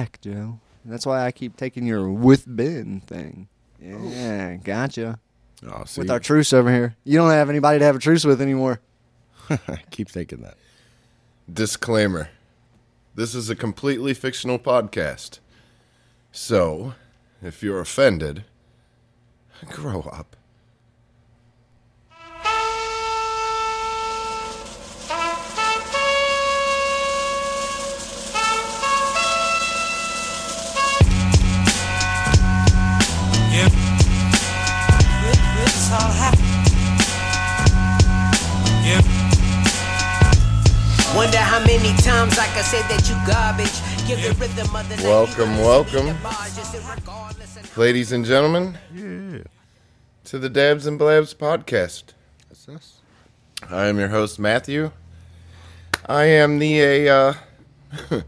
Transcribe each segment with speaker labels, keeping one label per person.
Speaker 1: back, Joe. That's why I keep taking your with Ben thing.
Speaker 2: Oh.
Speaker 1: Yeah, gotcha.
Speaker 3: Oh, see,
Speaker 1: With our truce over here, you don't have anybody to have a truce with anymore.
Speaker 3: I keep thinking that.
Speaker 4: Disclaimer This is a completely fictional podcast. So, if you're offended, grow up.
Speaker 5: Yeah. It, it's all happening. Yeah.
Speaker 6: Wonder how many times I can say that you garbage. Give the rhythm of the night.
Speaker 4: Welcome,
Speaker 6: Listen to
Speaker 4: welcome.
Speaker 6: the bars, just regardless of-
Speaker 4: Ladies and gentlemen, to the Dabs and Blabs podcast.
Speaker 3: That's us.
Speaker 4: I am your host, Matthew. I am the uh,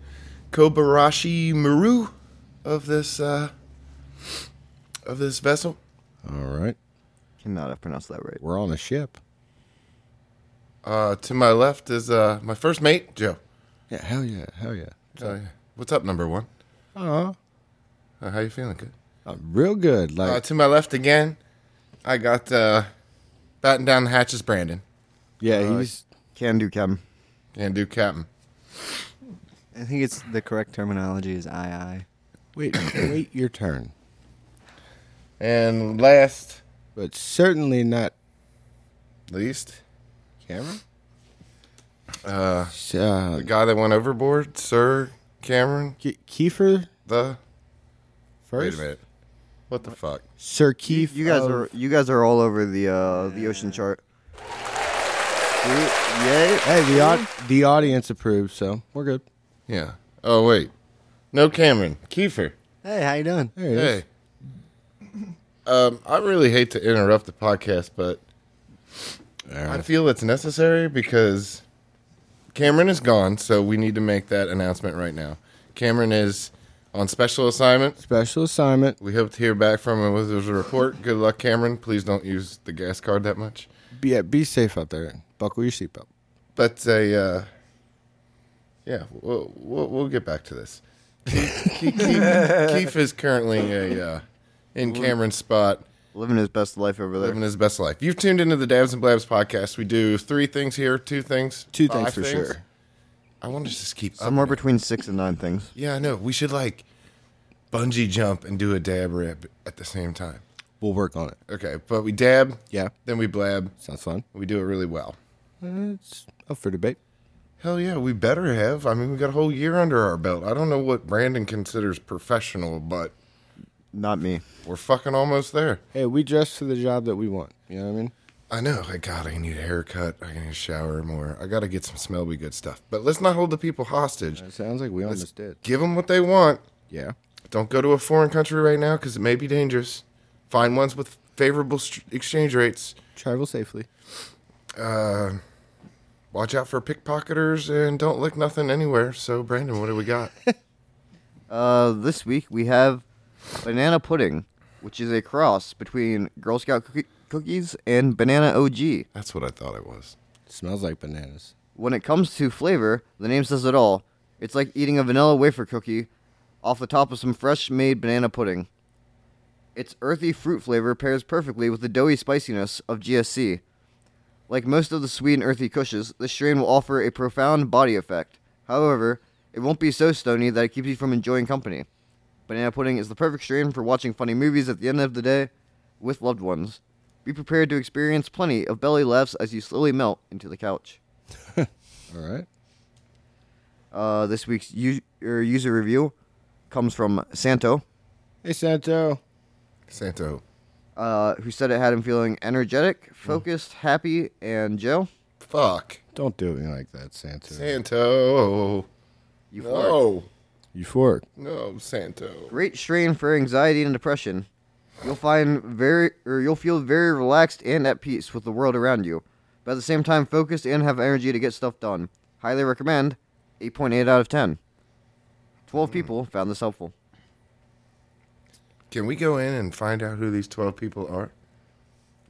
Speaker 4: Kobarashi Maru of this uh, of this vessel.
Speaker 3: All right.
Speaker 1: Cannot have pronounced that right.
Speaker 3: We're on a ship.
Speaker 4: Uh, to my left is uh, my first mate, Joe.
Speaker 3: Yeah, hell yeah, hell yeah.
Speaker 4: Uh, what's up, number one?
Speaker 3: Oh,
Speaker 4: Uh, how you feeling? Good.
Speaker 3: I'm real good. Like,
Speaker 4: Uh, to my left again, I got uh, batting down the hatches, Brandon,
Speaker 3: yeah, he's
Speaker 2: Can do, Kevin.
Speaker 4: and do Captain.
Speaker 1: I think it's the correct terminology is I
Speaker 3: wait, wait your turn,
Speaker 4: And last,
Speaker 3: but certainly not
Speaker 4: least,
Speaker 3: Cameron.
Speaker 4: uh,
Speaker 3: S- Uh,
Speaker 4: the guy that went overboard, Sir Cameron.
Speaker 3: K- Kiefer
Speaker 4: The
Speaker 3: first.
Speaker 4: what the fuck?
Speaker 3: Sir uh, Keith.
Speaker 2: You guys
Speaker 3: of-
Speaker 2: are you guys are all over the uh, the ocean chart. Yay!
Speaker 3: Hey, the au- the audience approves, so we're good.
Speaker 4: Yeah. Oh wait, no Cameron, Kiefer.
Speaker 1: I. Hey, how you doing?
Speaker 3: There he
Speaker 4: Hey.
Speaker 3: is.
Speaker 4: Um, I really hate to interrupt the podcast, but I
Speaker 3: Alright.
Speaker 4: feel it's necessary because Cameron is gone, so we need to make that announcement right now. Cameron is on special assignment.
Speaker 3: Special assignment.
Speaker 4: We hope to hear back from him with his report. Good luck, Cameron. Please don't use the gas card that much.
Speaker 3: Be, yeah, be safe out there. and Buckle your seatbelt.
Speaker 4: But a, uh, yeah, we'll, we'll, we'll get back to this. Keith, Keith, Keith is currently a uh, in Cameron's spot.
Speaker 2: Living his best life over there.
Speaker 4: living his best life. You've tuned into the Dabs and Blabs podcast. We do three things here, two things,
Speaker 3: Two
Speaker 4: five
Speaker 3: things for sure.
Speaker 4: I want to just keep
Speaker 2: Somewhere
Speaker 4: upping it.
Speaker 2: between six and nine things.
Speaker 4: Yeah, I know. We should like bungee jump and do a dab rip at the same time.
Speaker 3: We'll work on it.
Speaker 4: Okay, but we dab,
Speaker 3: Yeah,
Speaker 4: then we blab.
Speaker 3: sounds fun.
Speaker 4: We do it really well.
Speaker 3: It's up for debate.
Speaker 4: Hell yeah, we better have. I mean, we got a whole year under our belt. I don't know what Brandon considers professional, but
Speaker 2: Not me.
Speaker 4: we're fucking almost there.
Speaker 3: Hey, we dress for the job that we want. You know what I mean?
Speaker 4: I know. I God, I need a haircut. I need a shower more. I got to get some smellby good stuff. But let's not hold the people hostage.
Speaker 3: It sounds like we almost did.
Speaker 4: Give them what they want.
Speaker 3: Yeah.
Speaker 4: Don't go to a foreign country right now because it may be dangerous. Find ones with favorable str exchange rates.
Speaker 3: Travel safely.
Speaker 4: Watch out for pickpocketers and don't lick nothing anywhere. So, Brandon, what do we got?
Speaker 2: Uh, this week we have banana pudding, which is a cross between Girl Scout cookie- cookies and banana OG.
Speaker 4: That's what I thought it was.
Speaker 3: smells like bananas.
Speaker 2: When it comes to flavor, the name says it all. It's like eating a vanilla wafer cookie off the top of some fresh made banana pudding. Its earthy fruit flavor pairs perfectly with the doughy spiciness of GSC. Like most of the sweet and earthy cushes, this strain will offer a profound body effect. However, it won't be so stony that it keeps you from enjoying company. Banana pudding is the perfect strain for watching funny movies at the end of the day with loved ones. Be prepared to experience plenty of belly laughs as you slowly melt into the couch.
Speaker 3: All right.
Speaker 2: Uh, this week's u- er, user review comes from Santo,
Speaker 3: Hey, Santo.
Speaker 4: Santo,
Speaker 2: uh, who said it had him feeling energetic, focused, happy, and Joe,
Speaker 4: fuck
Speaker 3: Don't do me like that, Santo.
Speaker 4: Santo.
Speaker 2: you no.
Speaker 4: No,
Speaker 3: Euphoric.
Speaker 4: no, Santo.
Speaker 2: great strain for anxiety and depression. You'll find very, or you'll feel very relaxed and at peace with the world around you, but at the same time focused and have energy to get stuff done. Highly recommend. 8.8 out of 10. 12 people found this helpful.
Speaker 4: Can we go in and find out who these twelve people are?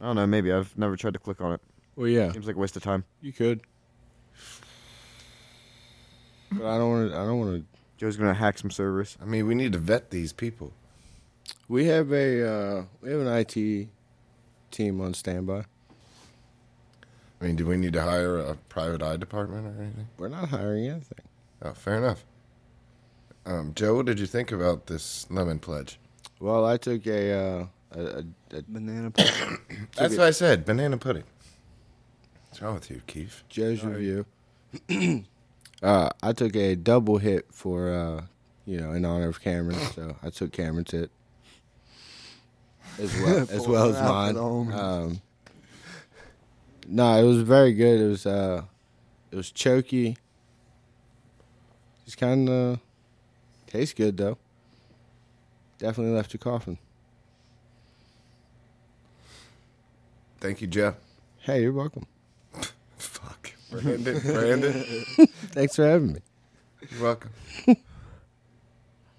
Speaker 2: I don't know, maybe I've never tried to click on it.
Speaker 3: Well, Oh, yeah,
Speaker 2: Seems like a waste of time.
Speaker 3: you could. But I don't want to. I don't want to.
Speaker 2: Joe's gonna hack some servers.
Speaker 4: I mean, we need to vet these people.
Speaker 3: We have a uh, we have an IT team on standby.
Speaker 4: I mean, do we need to hire a private eye department or anything?
Speaker 3: We're not hiring anything.
Speaker 4: Oh, fair enough. Um, Joe, what did you think about this lemon pledge?
Speaker 3: Well, I took a, uh, a, a, a
Speaker 1: Banana. pie.
Speaker 4: That's what I said. Banana pudding. What's wrong with you, Keith?
Speaker 3: Joe's review. uh, I took a double hit for uh, you know in honor of Cameron, so I took Cameron's hit as well as well as
Speaker 1: Pulling out for
Speaker 3: mine.
Speaker 1: the homie.
Speaker 3: Um, no, it was very good. It was uh, it was choky. It's kind of tastes good though. Definitely left you coughing.
Speaker 4: Thank you, Joe.
Speaker 3: Hey, you're welcome.
Speaker 4: Fuck. Brandon, Brandon,
Speaker 3: Thanks for having me.
Speaker 4: you're welcome.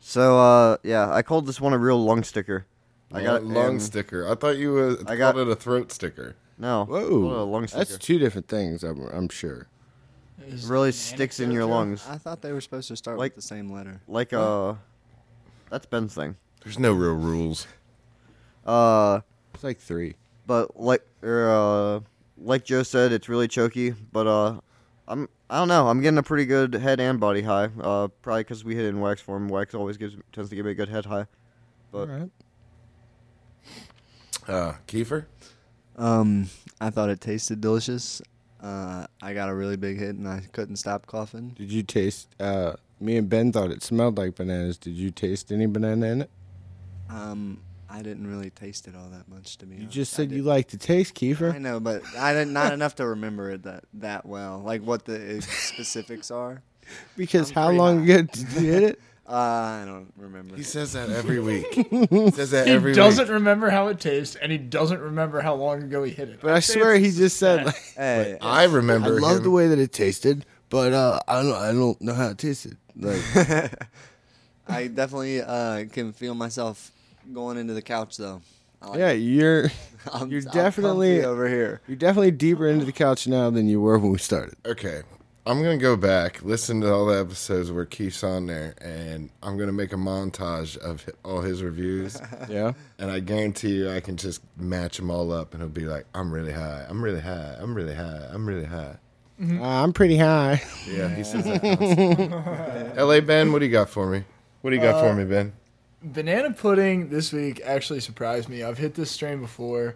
Speaker 2: So uh, yeah, I called this one a real lung sticker. I got
Speaker 4: a lung
Speaker 2: and-
Speaker 4: sticker. I thought you uh,
Speaker 2: I
Speaker 4: I
Speaker 2: got-
Speaker 4: got, it a throat sticker.
Speaker 2: No, I
Speaker 3: Whoa,
Speaker 2: called it a lung sticker.
Speaker 3: that's two different things. I'm, I'm sure.
Speaker 2: It really sticks in your lungs,
Speaker 1: I thought they were supposed to start
Speaker 2: Like-
Speaker 1: with the same letter.
Speaker 2: like uh, that's Ben's thing.
Speaker 4: There's no real rules.
Speaker 2: Uh,
Speaker 3: It's like three.
Speaker 2: but like er, uh, like Joe said, it's really choky. But uh, I'm I don't know. I'm getting a pretty good head and body high. Uh, probably because we hit it in wax form. Wax always gives tends to give me a good head high.
Speaker 3: All
Speaker 2: But
Speaker 3: right.
Speaker 4: Uh, Kiefer?
Speaker 1: Um, I thought it tasted delicious. Uh, I got a really big hit and I couldn't stop coughing.
Speaker 3: Did you taste? Uh, me and Ben thought it smelled like bananas. Did you taste any banana in it?
Speaker 1: Um, I didn't really taste it all that much to be
Speaker 3: You
Speaker 1: honest.
Speaker 3: just
Speaker 1: I
Speaker 3: said you
Speaker 1: did-
Speaker 3: like to taste,
Speaker 1: I
Speaker 3: Kiefer.
Speaker 1: know, but I didn't not enough to remember it that that well. Like what the uh, specifics are.
Speaker 3: Because
Speaker 1: I'm
Speaker 3: how
Speaker 1: pretty
Speaker 3: long
Speaker 1: high.
Speaker 3: ago did you hit it?
Speaker 1: Uh, I don't remember.
Speaker 4: He says that every week. he says that
Speaker 7: He
Speaker 4: every
Speaker 7: doesn't
Speaker 4: week.
Speaker 7: remember how it tastes, and he doesn't remember how long ago he hit it.
Speaker 3: But I swear he just said, like,
Speaker 1: Hey,
Speaker 4: I
Speaker 3: "I
Speaker 4: remember.
Speaker 3: love
Speaker 4: him.
Speaker 3: the way that it tasted, but uh, I don't, I don't know how it tasted." Like,
Speaker 1: I definitely uh, can feel myself going into the couch though. I like-
Speaker 3: yeah, you're
Speaker 1: I'm,
Speaker 3: you're
Speaker 1: I'm
Speaker 3: definitely-
Speaker 1: comfy over here.
Speaker 3: you're definitely deeper into the couch now than you were when we started.
Speaker 4: Okay. I'm going to go back, listen to all the episodes where Keith's on there, and I'm going to make a montage of hi- all his reviews.
Speaker 3: Yeah,
Speaker 4: and I guarantee you I can just match them all up, and he'll be like, I'm really high. I'm really high. I'm really high. I'm really high.
Speaker 3: uh, I'm pretty high.
Speaker 4: Yeah, he says that. constantly. LA Ben, what do you got for me? What do you got for me, Ben?
Speaker 7: Banana pudding this week actually surprised me. I've hit this strain before,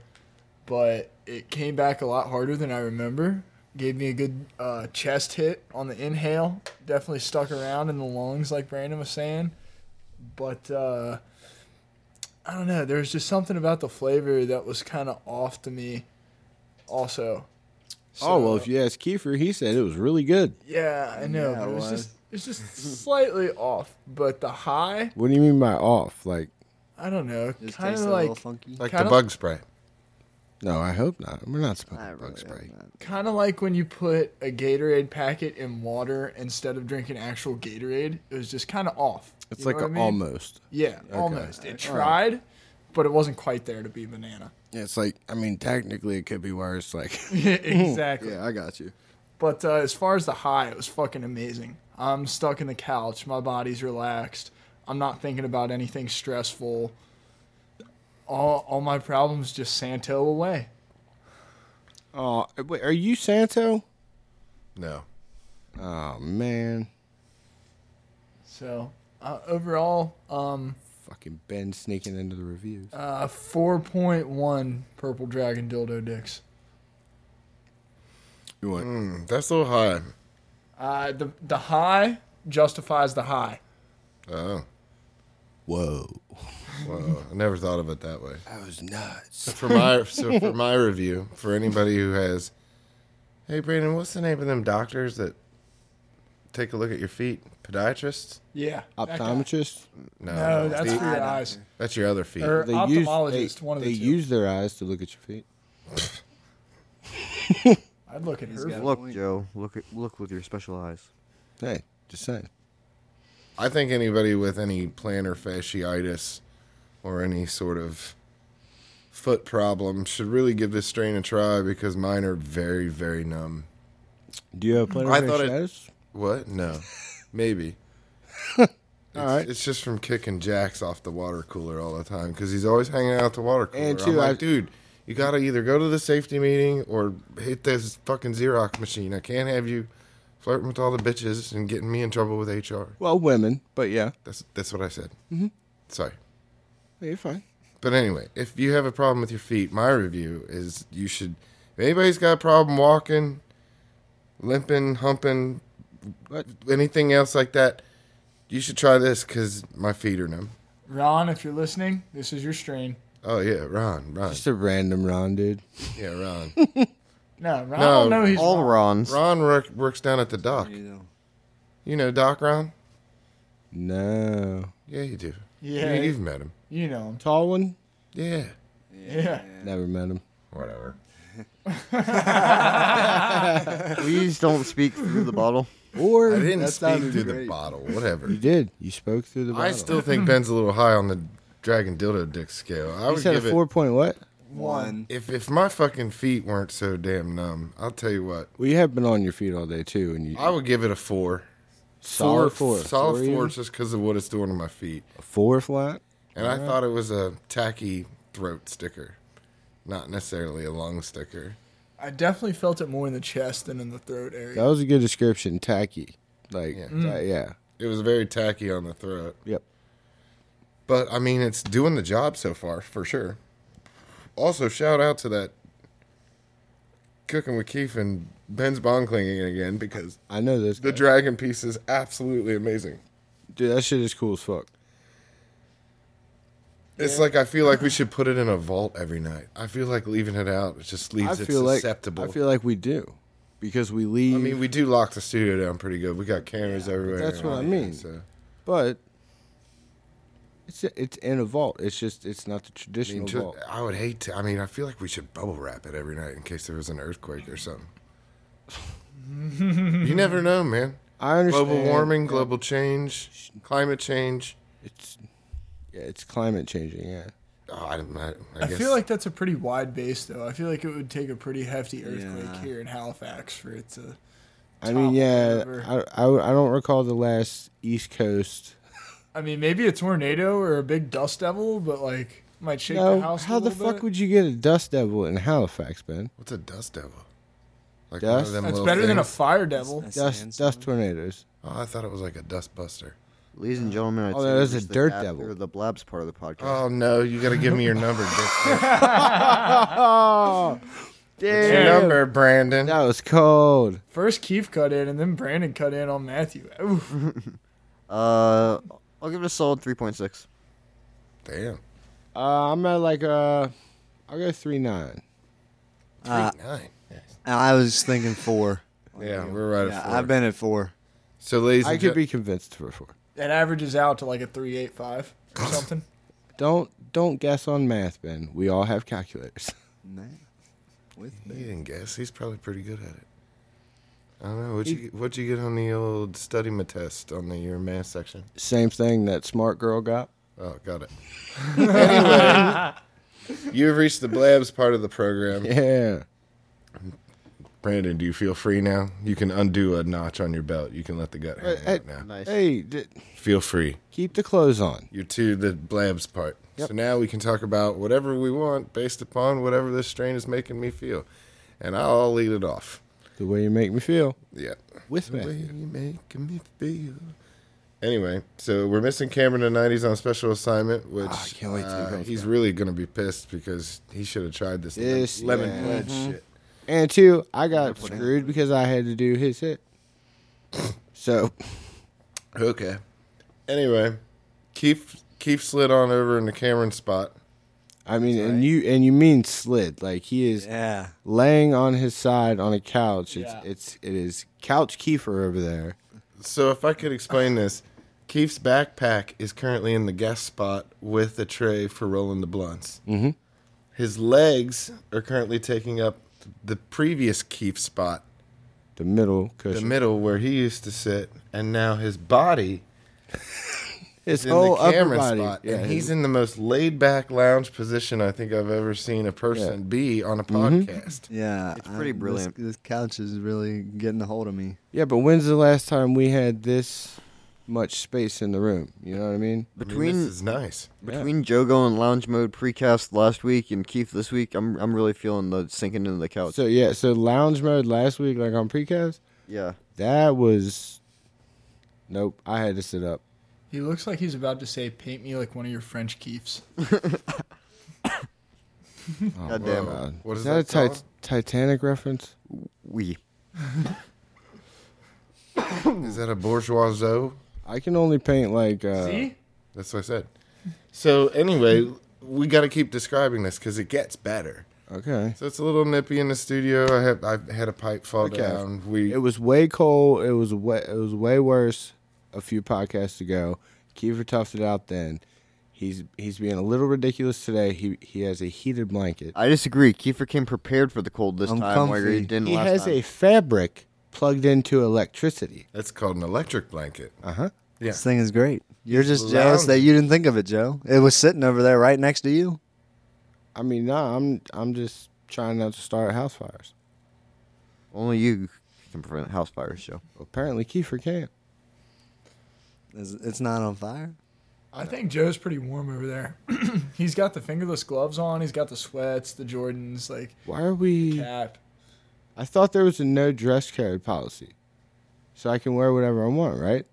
Speaker 7: but it came back a lot harder than I remember. Gave me a good uh, chest hit on the inhale. Definitely stuck around in the lungs, like Brandon was saying. But uh, I don't know. There was just something about the flavor that was kind of off to me, also.
Speaker 3: oh well,
Speaker 7: So-
Speaker 3: if you ask Kiefer, he said it was really good.
Speaker 7: Yeah, I know,
Speaker 1: Yeah,
Speaker 7: but
Speaker 1: it
Speaker 7: it was,
Speaker 1: was.
Speaker 7: just it's just slightly off. But the high,
Speaker 3: What do you mean by off? Like,
Speaker 7: I don't know,
Speaker 1: Just
Speaker 7: kind
Speaker 1: tastes
Speaker 7: of
Speaker 1: a little
Speaker 7: like
Speaker 1: funky.
Speaker 4: Like
Speaker 7: Kinda-
Speaker 4: the bug spray.
Speaker 3: no, I hope not. We're not supposed
Speaker 1: I
Speaker 3: to
Speaker 1: really
Speaker 3: bug spray.
Speaker 1: am not-
Speaker 7: kind of like when you put a Gatorade packet in water instead of drinking actual Gatorade. It was just kind of off.
Speaker 3: It's
Speaker 7: You know
Speaker 3: like
Speaker 7: what
Speaker 3: a
Speaker 7: I mean?
Speaker 3: almost.
Speaker 7: Yeah, almost. It tried, but it wasn't quite there to be banana.
Speaker 3: Yeah, it's like I mean, technically it could be worse. Like,
Speaker 7: exactly.
Speaker 3: yeah, I got you.
Speaker 7: But uh, as far as the high, it was fucking amazing. I'm stuck in the couch. My body's relaxed. I'm not thinking about anything stressful. All, all my problems just Santo away.
Speaker 3: Oh, wait, are you Santo?
Speaker 4: No.
Speaker 3: Oh man,
Speaker 7: So uh, overall, um,
Speaker 3: fucking Ben sneaking into the reviews.
Speaker 7: uh, 4.1 purple dragon dildo dicks.
Speaker 3: You want?
Speaker 4: Mm, that's a little high.
Speaker 7: Uh, the the high justifies the high.
Speaker 4: Oh,
Speaker 3: Whoa,
Speaker 4: whoa. I never thought of it that way.
Speaker 3: that was nuts.
Speaker 4: For my so for my review, for anybody who has Hey Brandon, what's the name of them doctors that take a look at your feet? Podiatrists?
Speaker 7: Yeah. that guy.
Speaker 3: Optometrist.
Speaker 4: No. Er,
Speaker 7: No, that's
Speaker 4: The-
Speaker 7: for your eyes.
Speaker 4: that's your other feet.
Speaker 7: Or
Speaker 3: use-
Speaker 7: ophthalmologist.
Speaker 3: they-
Speaker 7: one of the
Speaker 3: they
Speaker 7: two.
Speaker 3: use their eyes to look at your feet.
Speaker 7: I'd look at her.
Speaker 1: got-
Speaker 2: look, Joe, look at, look with your special eyes.
Speaker 3: Hey, just saying.
Speaker 4: I think anybody with any plantar fasciitis or any sort of foot problem should really give this strain a try because mine are very, very numb.
Speaker 7: Mm.
Speaker 3: Do you have plantar
Speaker 4: I thought it-
Speaker 3: fasciitis?
Speaker 4: What? No. Maybe.
Speaker 3: All right.
Speaker 4: It's just from kicking jacks off the water cooler all the time because he's always hanging out at the water cooler.
Speaker 3: And
Speaker 4: I'm
Speaker 3: two,
Speaker 4: like,
Speaker 3: I-
Speaker 4: dude, you got to either go to the safety meeting or hit this fucking Xerox machine. I can't have you flirting with all the bitches and getting me in trouble with HR.
Speaker 3: Well, women, but yeah,
Speaker 4: That's that's what I said. Mm-hmm. Sorry.
Speaker 3: you're fine.
Speaker 4: But anyway, if you have a problem with your feet, my review is you should. If anybody's got a problem walking, limping, humping,
Speaker 3: What?
Speaker 4: anything else like that, you should try this because my feet are numb.
Speaker 7: Ron, if you're listening, this is your strain.
Speaker 4: Oh yeah, Ron, Ron,
Speaker 3: Just a random Ron, dude.
Speaker 4: yeah, Ron.
Speaker 7: No, Ron,
Speaker 4: No,
Speaker 7: I don't know he's
Speaker 2: All
Speaker 7: wrong.
Speaker 2: Rons.
Speaker 4: Ron work, works down at the dock.
Speaker 1: You know.
Speaker 4: You know Doc Ron?
Speaker 3: No.
Speaker 4: Yeah, you do.
Speaker 7: Yeah.
Speaker 4: you, you've met him.
Speaker 7: You know him.
Speaker 3: Tall one?
Speaker 4: Yeah,
Speaker 7: Yeah.
Speaker 3: Never met him.
Speaker 4: whatever.
Speaker 2: Please don't speak through the bottle.
Speaker 3: Or
Speaker 4: I didn't
Speaker 3: That
Speaker 4: speak
Speaker 3: sounded
Speaker 4: through the
Speaker 3: great.
Speaker 4: bottle. Whatever.
Speaker 3: You did. You spoke through the bottle.
Speaker 4: I still think Ben's a little high on the dragon dildo dick scale. I
Speaker 3: You
Speaker 4: would
Speaker 3: said a
Speaker 4: give
Speaker 3: four
Speaker 4: it
Speaker 3: point what?
Speaker 1: One.
Speaker 4: if if my fucking feet weren't so damn numb. I'll tell you what.
Speaker 3: Well, you have been on your feet all day too, and you
Speaker 4: I would give it a four.
Speaker 3: solid four,
Speaker 4: Solid four,
Speaker 3: even?
Speaker 4: just because of what it's doing to my feet.
Speaker 3: A four flat.
Speaker 4: And I thought it was a tacky throat sticker, not necessarily a lung sticker.
Speaker 7: I definitely felt it more in the chest than in the throat
Speaker 3: That
Speaker 7: area.
Speaker 3: was a good description. Tacky, like
Speaker 4: Yeah.
Speaker 3: yeah, yeah.
Speaker 4: It was very tacky on the throat.
Speaker 3: yep.
Speaker 4: But I mean, it's doing the job so far for sure. Also, shout out to that cooking with Keith and Ben's bond clinging again because
Speaker 3: I know this.
Speaker 4: the
Speaker 3: guy.
Speaker 4: dragon piece is absolutely amazing.
Speaker 3: Dude, that shit is cool as fuck.
Speaker 4: It's like I feel like we should put it in a vault every night. I feel like leaving it out just
Speaker 3: I
Speaker 4: leaves it
Speaker 3: feel like
Speaker 4: susceptible.
Speaker 3: I feel like we do because we leave.
Speaker 4: I mean, we do lock the studio down pretty good. We got cameras everywhere.
Speaker 3: that's
Speaker 4: and
Speaker 3: what I
Speaker 4: all that,
Speaker 3: mean.
Speaker 4: So.
Speaker 3: but it's it's in a vault. It's just it's not the
Speaker 4: I,
Speaker 3: traditional
Speaker 4: mean, ju-
Speaker 3: vault.
Speaker 4: I would hate to. I mean, I feel like we should bubble wrap it every night in case there was an earthquake or something. you never know, man.
Speaker 3: I understand
Speaker 4: Global warming, global change, climate change.
Speaker 3: It's yeah, it's climate changing. Yeah,
Speaker 4: Oh, I, don't- I, I
Speaker 7: I
Speaker 4: guess
Speaker 7: feel like that's a pretty wide base, though. I feel like it would take a pretty hefty earthquake
Speaker 1: Yeah.
Speaker 7: here in Halifax for it to.
Speaker 3: I mean,
Speaker 7: Top
Speaker 3: yeah,
Speaker 7: over.
Speaker 3: I, I I don't recall the last East Coast.
Speaker 7: I mean, maybe a tornado or a big dust devil, but like might shake
Speaker 3: No,
Speaker 7: the house.
Speaker 3: how the fuck would you get a dust devil in Halifax, Ben?
Speaker 4: what's a dust devil? Like
Speaker 3: Dust?
Speaker 4: them
Speaker 7: That's
Speaker 4: little
Speaker 7: better than a
Speaker 4: things?
Speaker 7: fire devil.
Speaker 1: That's
Speaker 3: Dust
Speaker 1: sandstorm.
Speaker 3: dust tornadoes.
Speaker 4: Oh, I thought it was like a dust buster.
Speaker 2: Ladies and gentlemen, I'd
Speaker 3: Oh,
Speaker 2: say
Speaker 3: that
Speaker 2: we
Speaker 3: is a
Speaker 2: reached the
Speaker 3: dirt
Speaker 2: after
Speaker 3: devil.
Speaker 2: The blabs part of the podcast.
Speaker 4: Oh no, you gotta give me your number. dick.
Speaker 3: Oh,
Speaker 4: your number, Brandon.
Speaker 3: that was cold.
Speaker 7: First Keith cut in, and then Brandon cut in on Matthew. Oof.
Speaker 3: Oh.
Speaker 2: Uh, I'll give it a solid 3.6.
Speaker 4: Damn.
Speaker 3: Uh, I'm at like uh, I'll go three nine.
Speaker 1: Uh,
Speaker 4: Nine.
Speaker 1: I was thinking four.
Speaker 4: Yeah, we're right
Speaker 1: Yeah,
Speaker 4: at four.
Speaker 1: I've been at four.
Speaker 4: so, ladies
Speaker 3: I
Speaker 4: and
Speaker 3: could
Speaker 4: gen-
Speaker 3: be convinced for four.
Speaker 7: That averages out to like a three eight five or something.
Speaker 3: Don't don't guess on math, Ben. We all have calculators.
Speaker 1: Man, with me.
Speaker 4: He didn't guess. He's probably pretty good at it. I don't know. What'd you, get- what'd you get on the old study ma test on the your math section?
Speaker 3: Same thing that smart girl got.
Speaker 4: Oh, got it. anyway, you have reached the blabs part of the program.
Speaker 3: Yeah.
Speaker 4: Brandon, do you feel free now? You can undo a notch on your belt. You can let the gut hang
Speaker 3: Hey,
Speaker 4: out now.
Speaker 2: Nice.
Speaker 3: hey d-
Speaker 4: Feel free.
Speaker 3: keep the clothes on.
Speaker 4: You're to the blabs part.
Speaker 3: Yep.
Speaker 4: So now we can talk about whatever we want based upon whatever this strain is making me feel. And I'll lead it off.
Speaker 3: The way you make me feel
Speaker 4: Yeah.
Speaker 3: with
Speaker 4: The way
Speaker 3: me.
Speaker 4: you make me feel. Anyway, so we're missing Cameron tonight. He's on special assignment, which
Speaker 3: Ah, I can't wait till he
Speaker 4: uh,
Speaker 3: comes
Speaker 4: he's really going to be pissed because he should have tried this, lem-
Speaker 3: This,
Speaker 4: lemon
Speaker 3: yeah. Mm-hmm.
Speaker 4: pledge shit.
Speaker 3: And two, I got screwed because I had to do his hit. So
Speaker 4: Okay. Anyway, Keith Keith slid on over into Cameron's spot.
Speaker 3: I mean, and you and you mean slid like he is
Speaker 1: Yeah.
Speaker 3: laying on his side on a couch. It's
Speaker 7: Yeah.
Speaker 3: it's it is couch Kiefer over there.
Speaker 4: So if I could explain this, Keith's backpack is currently in the guest spot with a tray for rolling the blunts. Mm-hmm. His legs are currently taking up the previous Keith spot
Speaker 3: The middle
Speaker 4: the
Speaker 3: cushion.
Speaker 4: middle where he used to sit, and now his body
Speaker 3: his
Speaker 4: is in
Speaker 3: whole
Speaker 4: the
Speaker 3: Oh, upper
Speaker 4: camera
Speaker 3: body.
Speaker 4: spot.
Speaker 3: Yeah,
Speaker 4: and
Speaker 3: his-
Speaker 4: he's in the most laid back lounge position I think I've ever seen a person be on a
Speaker 3: Mm-hmm.
Speaker 4: podcast.
Speaker 1: Yeah.
Speaker 2: It's
Speaker 1: I-
Speaker 2: pretty
Speaker 1: this-
Speaker 2: brilliant.
Speaker 1: This, couch is really getting a hold of me.
Speaker 3: yeah. But when's the last time we had this much space in the room. You know what I mean?
Speaker 2: Between
Speaker 4: I mean, this is nice.
Speaker 2: between Jogo and Lounge Mode precast last week and Keith this week, I'm I'm really feeling the sinking into the couch.
Speaker 3: So yeah, so lounge mode last week, like on precast,
Speaker 2: yeah,
Speaker 3: that was. Nope, I had to sit up.
Speaker 7: He looks like he's about to say, "Paint me like one of your French Keefs."
Speaker 3: Oh,
Speaker 2: Goddamn.
Speaker 3: wow.
Speaker 4: What is
Speaker 3: that a
Speaker 4: that called?
Speaker 3: tit- Titanic reference?
Speaker 2: we.
Speaker 4: Is that a bourgeoisie?
Speaker 3: I can only paint like. Uh,
Speaker 7: See,
Speaker 4: That's what I said. So anyway, we got to keep describing this because it gets better.
Speaker 3: Okay.
Speaker 4: So it's a little nippy in the studio. I have I had a pipe fall
Speaker 3: Okay.
Speaker 4: down. We
Speaker 3: It was way cold. It was way, it was way worse a few podcasts ago. Kiefer toughed it out then. He's he's being a little ridiculous today. He he has a heated blanket.
Speaker 2: I disagree. Kiefer came prepared for the cold this
Speaker 1: I'm
Speaker 2: time, where he
Speaker 1: comfy.
Speaker 2: didn't
Speaker 3: He
Speaker 2: last
Speaker 3: has
Speaker 2: time.
Speaker 3: a fabric plugged into electricity.
Speaker 4: that's called an electric blanket.
Speaker 3: Uh huh.
Speaker 4: Yeah.
Speaker 1: This thing is great. You're just jealous that you didn't think of it, Joe. It was sitting over there right next to you.
Speaker 3: I mean, nah. I'm I'm just trying not to start house fires.
Speaker 2: Only you can prevent house fires, Joe.
Speaker 3: Apparently, Kiefer can't.
Speaker 1: It's, it's not on fire.
Speaker 7: I think Joe's pretty warm over there. he's got the fingerless gloves on. He's got the sweats, the Jordans, like
Speaker 3: Why are we?
Speaker 7: cap.
Speaker 3: I thought there was a no dress code policy, so I can wear whatever I want, right?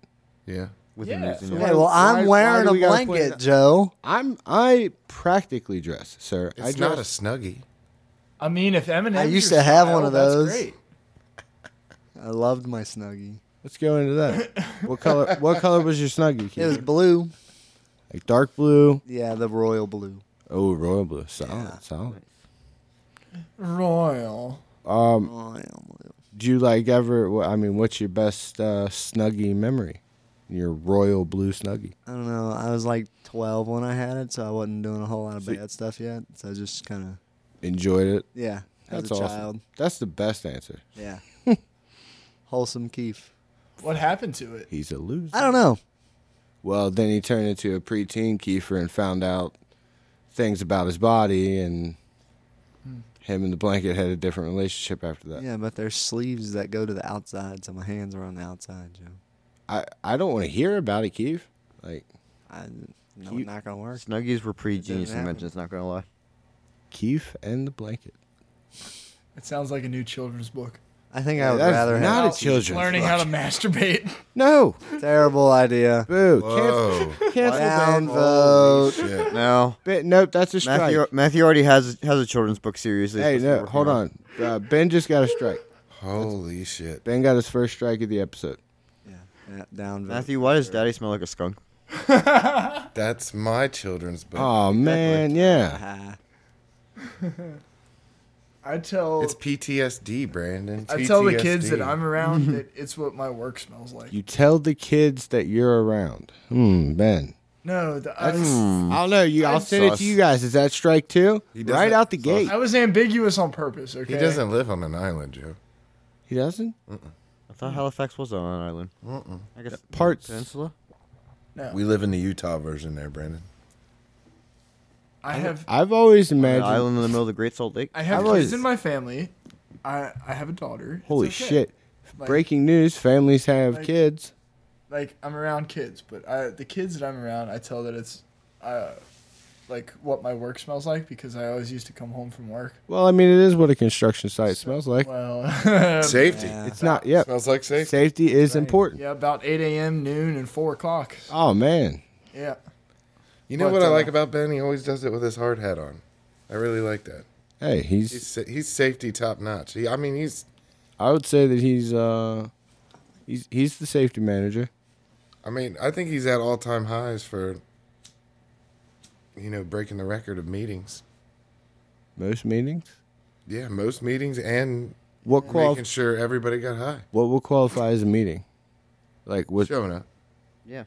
Speaker 4: Yeah.
Speaker 2: With
Speaker 7: Yeah,
Speaker 2: the news in
Speaker 7: so
Speaker 2: your-
Speaker 7: Why-
Speaker 1: Hey, well,
Speaker 3: why-
Speaker 1: I'm
Speaker 3: why
Speaker 1: wearing
Speaker 3: do
Speaker 1: a
Speaker 3: we gotta put it
Speaker 1: blanket,
Speaker 3: up?
Speaker 1: Joe.
Speaker 3: I'm I practically dress, sir. I
Speaker 4: It's
Speaker 3: dress,
Speaker 4: not a snuggie.
Speaker 7: I mean, if Eminem,
Speaker 1: I used to have one of those. I loved my snuggie.
Speaker 3: Let's go into that. what color? What color was your snuggie?
Speaker 1: It was
Speaker 3: Keith?
Speaker 1: blue.
Speaker 3: like dark blue.
Speaker 1: Yeah, the royal blue.
Speaker 3: Oh, royal blue. Solid, solid.
Speaker 7: Royal.
Speaker 3: Um,
Speaker 1: Royal Oh, blue.
Speaker 3: do you like ever? wha- I mean, what's your best uh, snuggie memory? Your royal blue snuggie.
Speaker 1: I don't know. I was like 12 when I had it, so I wasn't doing a whole lot of bad stuff yet. So I just kind of,
Speaker 3: Enjoyed it.
Speaker 1: yeah, as
Speaker 3: That's
Speaker 1: a
Speaker 3: awesome.
Speaker 1: child.
Speaker 3: That's the best answer.
Speaker 1: Yeah. Wholesome Keef.
Speaker 7: What happened to it?
Speaker 3: He's a loser.
Speaker 1: I don't know.
Speaker 3: Well, then he turned into a preteen Kiefer and found out things about his body, and him and the blanket had a different relationship after that.
Speaker 1: Yeah, but there's sleeves that go to the outside, so my hands are on the outside, Joe.
Speaker 3: I, I don't want to hear about it, Keith. Like
Speaker 1: I, no,
Speaker 2: You-
Speaker 1: not gonna work.
Speaker 2: Snuggies were pretty
Speaker 1: doesn't
Speaker 2: genius
Speaker 1: happen.
Speaker 2: inventions. Not gonna lie.
Speaker 3: Keith and the blanket.
Speaker 7: It sounds like a new children's book.
Speaker 1: I think
Speaker 3: Yeah,
Speaker 1: I would
Speaker 3: that's
Speaker 1: rather
Speaker 3: not
Speaker 1: have
Speaker 3: a children's
Speaker 7: Learning
Speaker 3: book.
Speaker 7: how to masturbate.
Speaker 3: No,
Speaker 1: terrible idea.
Speaker 3: boo, cancel,
Speaker 4: Whoa.
Speaker 3: cancel
Speaker 1: Down
Speaker 3: that.
Speaker 1: vote.
Speaker 4: Shit.
Speaker 2: Now
Speaker 3: Ben, nope, that's a strike.
Speaker 2: Matthew, Matthew already has has a children's book series. that
Speaker 3: hey,
Speaker 2: he's
Speaker 3: no,
Speaker 2: working
Speaker 3: hold on. Uh, ben just got a strike.
Speaker 4: Holy shit.
Speaker 3: Ben got his first strike of the episode.
Speaker 1: Yeah, yeah, down. vote.
Speaker 2: Matthew, why does Daddy smell like a skunk?
Speaker 4: That's my children's book.
Speaker 3: Oh man, yeah.
Speaker 1: Ah,
Speaker 7: I tell
Speaker 4: It's PTSD, Brandon.
Speaker 7: Oh. I tell the
Speaker 4: PTSD.
Speaker 7: kids that I'm around that it's what my work smells like.
Speaker 3: You tell the kids that you're around. Hmm, Ben.
Speaker 7: no, the, I,
Speaker 3: That's,
Speaker 2: Hmm.
Speaker 3: I don't know. You, I'll send it
Speaker 2: Sauce.
Speaker 3: to you guys. Is that strike two?
Speaker 4: He doesn't-
Speaker 3: Right out the
Speaker 4: Sauce.
Speaker 3: gate.
Speaker 7: I was ambiguous on purpose. Okay,
Speaker 4: He doesn't live on an island, Joe.
Speaker 3: He doesn't.
Speaker 2: I thought Halifax was on an island. I guess
Speaker 3: Parts.
Speaker 2: peninsula.
Speaker 7: No,
Speaker 4: We live in the Utah version there, Brandon.
Speaker 7: I have
Speaker 3: I've always
Speaker 2: An
Speaker 3: imagined.
Speaker 2: island in the middle of the Great Salt Lake.
Speaker 7: I have
Speaker 3: I've
Speaker 7: kids
Speaker 3: always-
Speaker 7: in my family. I I have a daughter. It's
Speaker 3: Holy
Speaker 7: okay.
Speaker 3: shit!
Speaker 7: Like-
Speaker 3: Breaking news: families have
Speaker 7: Like-
Speaker 3: kids.
Speaker 7: Like I'm around kids, but I the kids that I'm around, I tell that it's, uh, like what my work smells like because I always used to come home from work.
Speaker 3: Well, I mean, it is what a construction site smells like.
Speaker 7: Well,
Speaker 4: Safety.
Speaker 1: yeah.
Speaker 3: It's not. Yep.
Speaker 4: Smells like safety.
Speaker 3: Safety is important.
Speaker 7: yeah, about eight a.m., noon, and four o'clock.
Speaker 3: Oh man,
Speaker 7: Yeah.
Speaker 4: You know
Speaker 7: But,
Speaker 4: what I
Speaker 7: uh,
Speaker 4: like about Ben? He always does it with his hard hat on. I really like that.
Speaker 3: hey,
Speaker 4: He's
Speaker 3: he's.
Speaker 4: sa- he's safety top notch. He, I mean, he's.
Speaker 3: I would say that he's. uh He's he's the safety manager.
Speaker 4: I mean, I think he's at all time highs for. You know, breaking the record of meetings.
Speaker 3: Most meetings.
Speaker 4: Yeah, most meetings and
Speaker 3: What qual?
Speaker 4: making sure everybody got high.
Speaker 3: What will qualify as a meeting? Like what?
Speaker 4: Showing up.
Speaker 2: Yeah.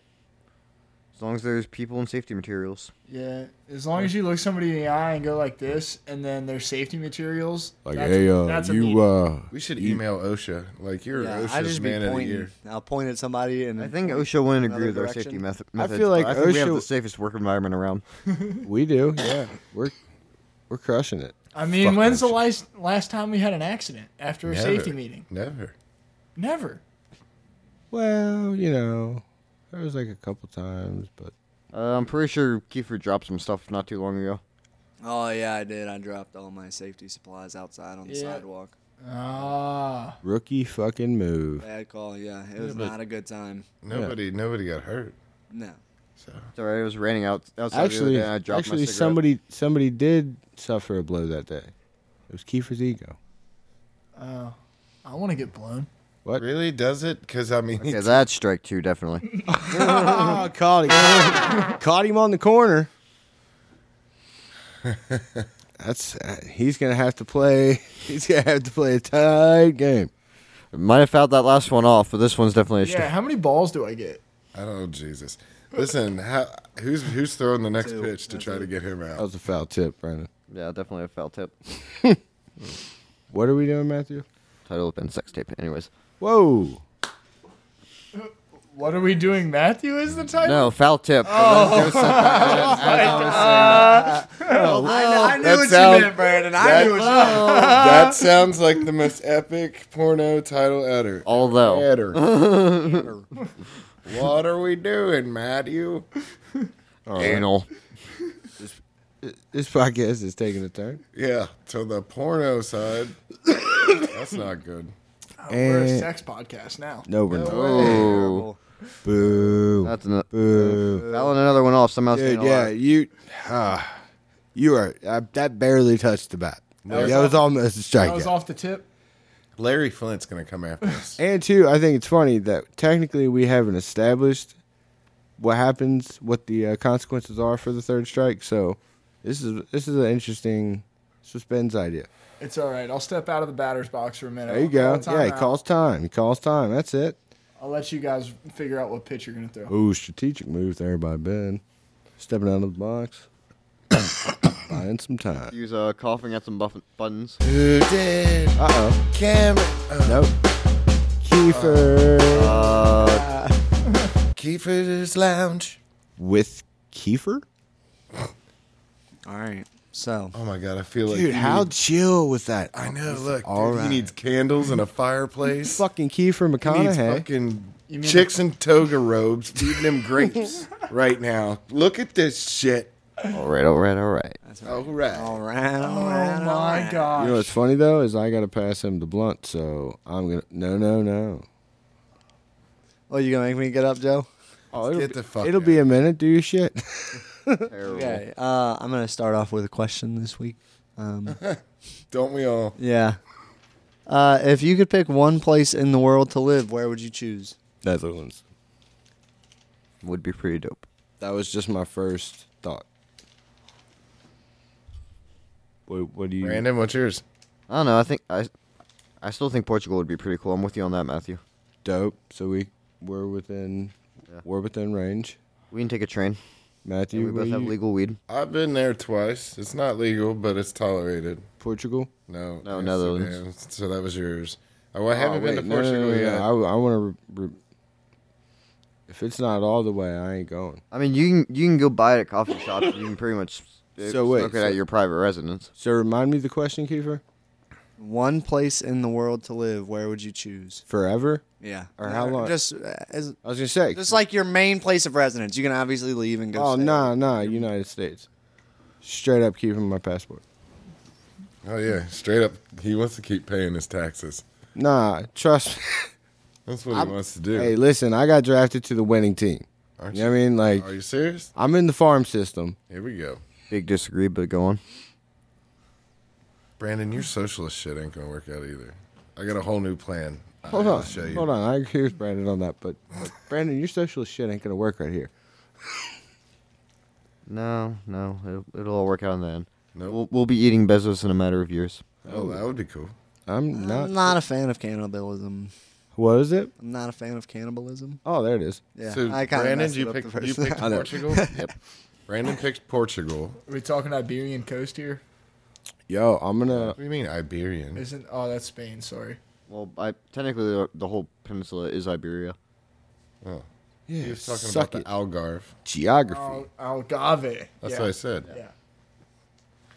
Speaker 2: As long as there's people and safety materials.
Speaker 7: Yeah, as long as you look somebody in the eye and go like this, and then their safety materials.
Speaker 3: Like
Speaker 7: that's-
Speaker 3: hey, uh,
Speaker 7: that's a
Speaker 3: you
Speaker 7: meeting.
Speaker 3: uh,
Speaker 4: We should email OSHA. Like you're
Speaker 1: yeah, I
Speaker 4: OSHA's
Speaker 1: just be
Speaker 4: man of the
Speaker 1: pointing.
Speaker 4: year.
Speaker 1: I'll point at somebody, and
Speaker 2: I think OSHA wouldn't agree
Speaker 1: Another
Speaker 2: with our
Speaker 1: direction?
Speaker 2: safety method.
Speaker 3: Mm. I
Speaker 2: methods,
Speaker 3: feel like
Speaker 2: but I think we have
Speaker 3: OSHA
Speaker 2: the safest work environment around.
Speaker 3: we do. Yeah, we're we're crushing it.
Speaker 7: I mean,
Speaker 4: Fuck
Speaker 7: when's
Speaker 4: that
Speaker 7: the last last time we had an accident after a
Speaker 4: Never.
Speaker 7: safety meeting?
Speaker 4: Never.
Speaker 7: Never.
Speaker 3: Well, you know, There was like a couple times, but
Speaker 2: Uh, I'm pretty sure Kiefer dropped some stuff not too long ago.
Speaker 1: Oh yeah, I did. I dropped all my safety supplies outside on the
Speaker 7: Yeah.
Speaker 1: sidewalk.
Speaker 7: Ah,
Speaker 3: rookie fucking move.
Speaker 1: Bad call. Yeah, it was
Speaker 4: but-
Speaker 1: not a good time.
Speaker 4: Nobody, nnobody got hurt.
Speaker 1: No.
Speaker 4: So
Speaker 2: It's alright. It was raining out outside
Speaker 3: Actually,
Speaker 2: the other day. And I dropped my
Speaker 3: actually,
Speaker 2: cigarette.
Speaker 3: somebody somebody did suffer a blow that day. It was Kiefer's ego.
Speaker 7: oh, I want to get blown.
Speaker 4: really, does it? Because I mean,
Speaker 2: Yeah, that's strike two, definitely.
Speaker 3: Oh, caught him! caught him on the corner. That's uh, he's gonna have to play. He's gonna have to play a tight game.
Speaker 2: Might have fouled that last one off, but this one's definitely a
Speaker 7: Yeah,
Speaker 2: strike.
Speaker 7: how many balls do I get?
Speaker 4: I don't know, Jesus. Listen, how, who's who's throwing the next
Speaker 1: Two.
Speaker 4: pitch to
Speaker 1: That's
Speaker 4: try to get him
Speaker 3: That
Speaker 4: out?
Speaker 3: was a foul tip, Brandon.
Speaker 2: Yeah, definitely a foul tip.
Speaker 3: What are we doing, Matthew?
Speaker 2: Title of been sex tape. Anyways,
Speaker 3: Whoa!
Speaker 7: What are we doing? Matthew is the type.
Speaker 2: no foul tip.
Speaker 3: Oh.
Speaker 1: I, I knew
Speaker 4: that
Speaker 1: what
Speaker 4: sound-
Speaker 1: you meant, Brandon. I
Speaker 4: that-
Speaker 1: knew what you meant.
Speaker 4: that sounds like the most epic porno title ever. Oh.
Speaker 2: Although
Speaker 4: Ever. what are we doing, Matthew?
Speaker 2: uh, anal.
Speaker 3: This podcast is taking a turn.
Speaker 4: Yeah, to the porno side. That's not good.
Speaker 7: Oh, We're a
Speaker 3: Eh.
Speaker 7: sex podcast now.
Speaker 3: No, we're not.
Speaker 2: Oh,
Speaker 1: Terrible.
Speaker 3: Boo!
Speaker 2: that's an,
Speaker 3: Boo!
Speaker 2: fouling another one off somehow.
Speaker 3: Dude, yeah, you, uh, you are uh, that barely touched the bat. That was, almost a
Speaker 7: I was
Speaker 3: strikeout.
Speaker 7: off the tip.
Speaker 4: Larry Flint's gonna come after us.
Speaker 3: And two, I think it's funny that technically we haven't established what happens, what the uh, consequences are for the third strike. So this is this is an interesting suspense idea.
Speaker 7: It's all right. I'll step out of the batter's box for a minute.
Speaker 3: There you
Speaker 7: I'll
Speaker 3: go.
Speaker 7: call a
Speaker 3: Yeah, he
Speaker 7: timeout.
Speaker 3: calls time. He calls time. That's it.
Speaker 7: I'll let you guys figure out what pitch you're gonna throw.
Speaker 3: Ooh, strategic move there by Ben, stepping out of the box, buying some time.
Speaker 2: Use uh, coughing at some buff- buttons.
Speaker 4: Who did
Speaker 3: Uh oh.
Speaker 4: Cameron? Uh,
Speaker 3: Nope. Kiefer
Speaker 2: Uh,
Speaker 4: Kiefer's Lounge.
Speaker 3: with Kiefer.
Speaker 1: All right. So
Speaker 4: Oh my god, I feel like
Speaker 3: Dude,
Speaker 4: he
Speaker 3: how
Speaker 4: needs-
Speaker 3: chill was that?
Speaker 4: I know. Look, dude,
Speaker 3: All right.
Speaker 4: he needs candles and a fireplace.
Speaker 3: fucking Kiefer
Speaker 4: He needs
Speaker 3: McConaughey.
Speaker 4: fucking
Speaker 7: You mean-
Speaker 4: chicks in toga robes feeding him grapes right now. Look at this shit.
Speaker 2: all right, all right, all right.
Speaker 1: that's
Speaker 4: All
Speaker 1: right.
Speaker 4: right.
Speaker 1: All right.
Speaker 7: Oh
Speaker 1: All right. all
Speaker 7: my
Speaker 1: right.
Speaker 7: gosh.
Speaker 3: You know what's funny though is I gotta pass him the blunt, so I'm gonna no no no.
Speaker 1: Oh, you gonna make me get up, Joe?
Speaker 3: Oh,
Speaker 4: Get the fuck
Speaker 3: it'll
Speaker 4: out.
Speaker 3: be a minute. Do your shit.
Speaker 2: Terrible.
Speaker 1: Okay. Uh, I'm gonna start off with a question this week. Um,
Speaker 4: Don't we all?
Speaker 1: yeah. Uh, if you could pick one place in the world to live, where would you choose?
Speaker 3: Netherlands.
Speaker 2: Would be pretty dope.
Speaker 3: That was just my first thought. What, what do you?
Speaker 4: Brandon, what's yours?
Speaker 2: I don't know. I think I, I still think Portugal would be pretty cool. I'm with you on that, Matthew.
Speaker 3: Dope. So we we're within we're within range.
Speaker 2: We can take a train.
Speaker 3: Matthew,
Speaker 2: and we both
Speaker 3: where
Speaker 2: have
Speaker 3: you-
Speaker 2: legal weed.
Speaker 4: I've been there twice. It's not legal, but it's tolerated.
Speaker 3: Portugal.
Speaker 4: No,
Speaker 2: No,
Speaker 4: Amsterdam.
Speaker 2: Netherlands.
Speaker 4: So that was yours. Oh, I haven't
Speaker 3: Oh,
Speaker 4: been
Speaker 3: wait,
Speaker 4: to
Speaker 3: no, no,
Speaker 4: Portugal
Speaker 3: no, no, no.
Speaker 4: yet.
Speaker 3: I, want to. Re- if it's not all the way, I ain't going.
Speaker 2: I mean, you can you can go buy it at coffee shops. You can pretty much uh,
Speaker 3: So wait,
Speaker 2: smoke it
Speaker 3: so-
Speaker 2: at your private residence.
Speaker 3: So remind me the question, Kiefer.
Speaker 1: One place in the world to live, where would you choose?
Speaker 3: Forever.
Speaker 1: Yeah.
Speaker 3: Or how long-
Speaker 1: Just uh, as
Speaker 3: I was gonna say.
Speaker 1: just like your main place of residence. You can obviously leave and go.
Speaker 3: oh
Speaker 1: stay.
Speaker 3: nah, nah, United States. Straight up keeping my passport.
Speaker 4: Oh yeah, straight up, he wants to keep paying his taxes.
Speaker 3: Nah, trust. me.
Speaker 4: That's what he wants to do.
Speaker 3: hey, listen, I got drafted to the winning team.
Speaker 4: Aren't
Speaker 3: You know what I mean? Like
Speaker 4: Are you serious?
Speaker 3: I'm in the farm system.
Speaker 4: Here we go.
Speaker 2: Big disagree, but go on.
Speaker 4: Brandon, your socialist shit ain't gonna work out either. I got a whole new plan. I
Speaker 3: Hold
Speaker 4: have
Speaker 3: on,
Speaker 4: to show you.
Speaker 3: hold on. I agree with Brandon on that, but, but Brandon, your socialist shit ain't gonna work right here.
Speaker 2: No, no, it'll, it'll all work out in the end.
Speaker 4: Nope.
Speaker 2: We'll, we'll be eating Bezos in a matter of years.
Speaker 4: Oh, that would be cool.
Speaker 3: I'm
Speaker 1: I'm
Speaker 3: not.
Speaker 1: not, a fan of cannibalism.
Speaker 3: What is it?
Speaker 1: I'm not a fan of cannibalism.
Speaker 3: Oh, there it is.
Speaker 1: Yeah.
Speaker 4: so
Speaker 1: I kinda
Speaker 4: Brandon,
Speaker 1: messed it
Speaker 4: you
Speaker 1: up
Speaker 4: picked,
Speaker 1: the
Speaker 4: you
Speaker 1: first
Speaker 4: picked
Speaker 1: time.
Speaker 4: Portugal. yep. Brandon picked Portugal.
Speaker 7: Are we talking Iberian coast here?
Speaker 3: Yo, I'm gonna.
Speaker 1: Oh,
Speaker 4: What do you mean Iberian?
Speaker 7: Isn't oh that's Spain? Sorry.
Speaker 2: Well, I, technically, the, the whole peninsula is Iberia.
Speaker 4: Oh,
Speaker 3: Yeah,
Speaker 4: he was talking
Speaker 3: suck
Speaker 4: about
Speaker 3: it.
Speaker 4: the Algarve.
Speaker 3: geography.
Speaker 7: Al- Algarve.
Speaker 4: That's
Speaker 7: yeah.
Speaker 4: what I said.
Speaker 7: Yeah.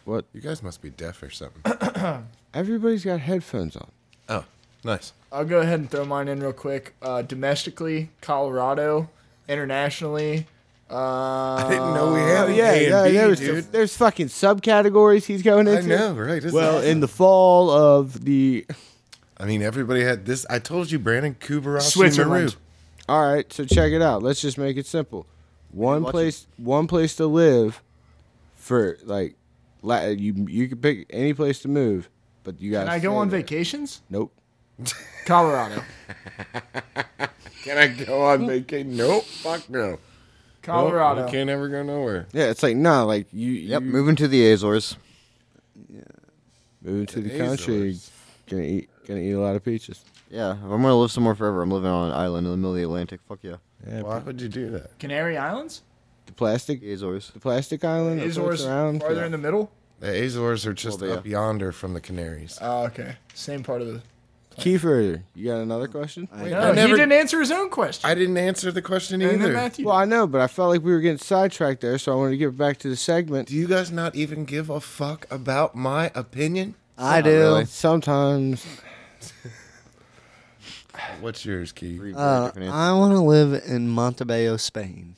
Speaker 3: What?
Speaker 4: You guys must be deaf or something.
Speaker 3: Everybody's got headphones on.
Speaker 4: oh, nice.
Speaker 7: I'll go ahead and throw mine in real quick. Uh, domestically, Colorado internationally. Uh,
Speaker 4: didn't know we had
Speaker 3: Oh,
Speaker 4: an
Speaker 3: yeah,
Speaker 4: A and
Speaker 3: yeah.
Speaker 4: B,
Speaker 3: there's,
Speaker 4: dude.
Speaker 3: there's fucking subcategories he's going
Speaker 4: I
Speaker 3: into.
Speaker 4: know, right? Isn't
Speaker 3: Well,
Speaker 4: that
Speaker 3: in the fall of the.
Speaker 4: I mean, everybody had this. I told you, Brandon Kuberashi
Speaker 7: Switzerland.
Speaker 4: Maru.
Speaker 3: All right, so check it out. Let's just make it simple. One
Speaker 2: watch
Speaker 3: place, one place to live, for like, la- you you can pick any place to move, but you got.
Speaker 7: Can I go on vacations?
Speaker 3: Nope.
Speaker 7: Colorado.
Speaker 4: Can I go on vacation? Nope. Fuck no. Nope,
Speaker 7: Colorado.
Speaker 4: we can't ever go nowhere.
Speaker 3: Yeah, it's like nah, like you.
Speaker 2: Yep,
Speaker 3: you
Speaker 2: moving to the Azores.
Speaker 3: moving to the
Speaker 4: Azores.
Speaker 3: country, gonna eat gonna eat a lot of peaches.
Speaker 2: Yeah, if I'm gonna live somewhere forever, I'm living on an island in the middle of the Atlantic. Fuck yeah,
Speaker 3: Yeah,
Speaker 4: Why would you do that?
Speaker 7: Canary Islands?
Speaker 3: the plastic,
Speaker 2: the Azores.
Speaker 3: the plastic island that floats
Speaker 7: Azores
Speaker 3: around.
Speaker 7: farther in the middle?
Speaker 4: The Azores are just
Speaker 2: Well, yeah.
Speaker 4: up yonder from the Canaries.
Speaker 7: Oh, okay. Same part of the.
Speaker 3: Kiefer, you got another question?
Speaker 1: I-
Speaker 7: No,
Speaker 4: never-
Speaker 7: he didn't answer his own question.
Speaker 4: I didn't answer the question
Speaker 7: and then
Speaker 4: either.
Speaker 7: Matthew.
Speaker 3: Well, I know, but I felt like we were getting sidetracked there, so I wanted to get back to the segment.
Speaker 4: Do you guys not even give a fuck about my opinion?
Speaker 1: I do.
Speaker 2: really.
Speaker 3: Sometimes
Speaker 4: What's yours, Keith?
Speaker 2: Three very
Speaker 1: Uh,
Speaker 2: different answers.
Speaker 1: I want to live in Montebello, Spain.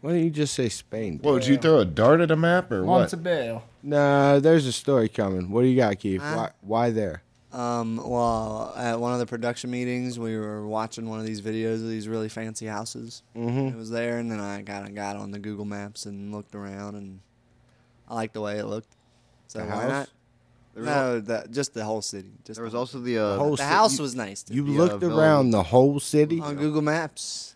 Speaker 3: Why don't you just say Spain?
Speaker 4: Whoa, did you throw a dart at a map or what?
Speaker 7: Montebello.
Speaker 3: No, there's a story coming. What do you got, Keith?
Speaker 1: Huh?
Speaker 3: Why, why there?
Speaker 1: Um, well, at one of the production meetings, we were watching one of these videos of these really fancy houses.
Speaker 3: Mm-hmm.
Speaker 1: It was there, and then I kind of got on the Google Maps and looked around, and I liked the way it looked. So
Speaker 3: The
Speaker 1: why
Speaker 3: house?
Speaker 1: not?
Speaker 2: was
Speaker 1: no, the, just the whole city. Just
Speaker 2: There was
Speaker 1: the,
Speaker 2: also the uh,
Speaker 3: whole
Speaker 1: the
Speaker 3: city.
Speaker 1: house was nice. dude.
Speaker 3: You
Speaker 2: the, uh,
Speaker 3: looked
Speaker 2: village.
Speaker 3: around the whole city.
Speaker 1: on Google Maps.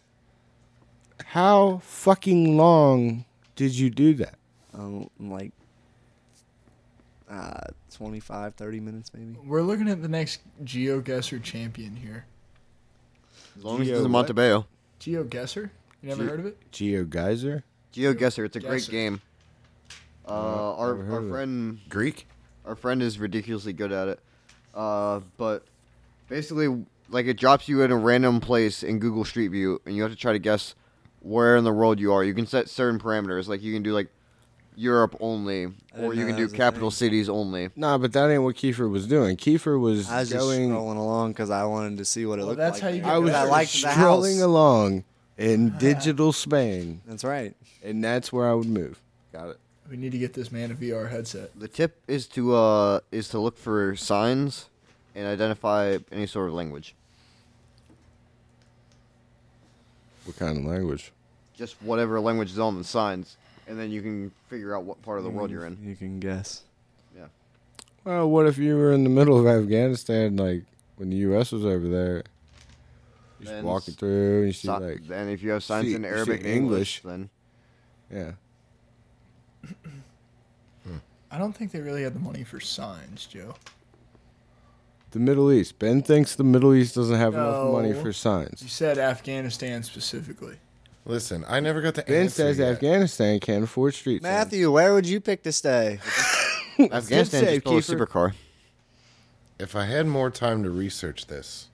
Speaker 3: How fucking long did you do that?
Speaker 1: Um, like uh, 25, 30 minutes maybe.
Speaker 7: We're looking at the next GeoGuessr champion here.
Speaker 2: as long as
Speaker 3: Geo
Speaker 2: it's in
Speaker 3: what?
Speaker 2: Montebello.
Speaker 7: GeoGuessr? You never
Speaker 3: Ge-
Speaker 7: heard of it?
Speaker 3: Geo Geyser?
Speaker 2: GeoGuessr, it's a great
Speaker 7: Guesser.
Speaker 2: game. Uh,
Speaker 3: never
Speaker 2: our
Speaker 3: heard
Speaker 2: our
Speaker 3: of it.
Speaker 2: friend
Speaker 4: Greek?
Speaker 2: our friend is ridiculously good at it. Uh, but basically, like it drops you in a random place in Google Street View, and you have to try to guess where in the world you are. You can set certain parameters, like you can do like Europe only, or you
Speaker 1: didn't know
Speaker 2: can
Speaker 1: that
Speaker 2: do
Speaker 1: was a
Speaker 2: capital
Speaker 1: thing.
Speaker 2: cities only.
Speaker 3: Nah, but that ain't what Kiefer was doing. Kiefer was,
Speaker 1: I was just
Speaker 3: going.
Speaker 1: scrolling along because I wanted to see what it
Speaker 7: Well,
Speaker 1: looked like.
Speaker 7: that's how you get
Speaker 3: I was
Speaker 7: I
Speaker 1: liked the
Speaker 3: strolling
Speaker 1: house.
Speaker 3: along in digital Spain,
Speaker 1: That's right.
Speaker 3: and that's where I would move. Got it.
Speaker 7: We need to get this man a VR headset.
Speaker 2: The tip is to uh, is to look for signs and identify any sort of language.
Speaker 3: What kind of language?
Speaker 2: Just whatever language is on the signs, and then you can figure out what part of the world you're in.
Speaker 1: You can guess.
Speaker 3: Well, what if you were in the middle of Afghanistan, like when the U.S. was over there? You just
Speaker 2: Then
Speaker 3: walking through, and you see
Speaker 2: Si-
Speaker 3: like,
Speaker 2: then if you have signs
Speaker 3: see-
Speaker 2: in
Speaker 3: see
Speaker 2: Arabic and
Speaker 3: English.
Speaker 2: English, then
Speaker 3: yeah.
Speaker 7: I don't think they really had the money for signs, Joe.
Speaker 3: The Middle East. Ben thinks the Middle East doesn't have enough
Speaker 7: No.
Speaker 3: money for
Speaker 7: You
Speaker 3: signs.
Speaker 7: said Afghanistan specifically.
Speaker 4: Listen, I never got the
Speaker 3: Ben
Speaker 4: answer.
Speaker 3: says
Speaker 4: yet.
Speaker 3: Afghanistan can't afford street signs.
Speaker 1: Matthew, where would you pick to stay?
Speaker 2: Afghanistan just
Speaker 3: save,
Speaker 2: stole a
Speaker 3: Kiefer.
Speaker 2: supercar.
Speaker 4: If I had more time to research this,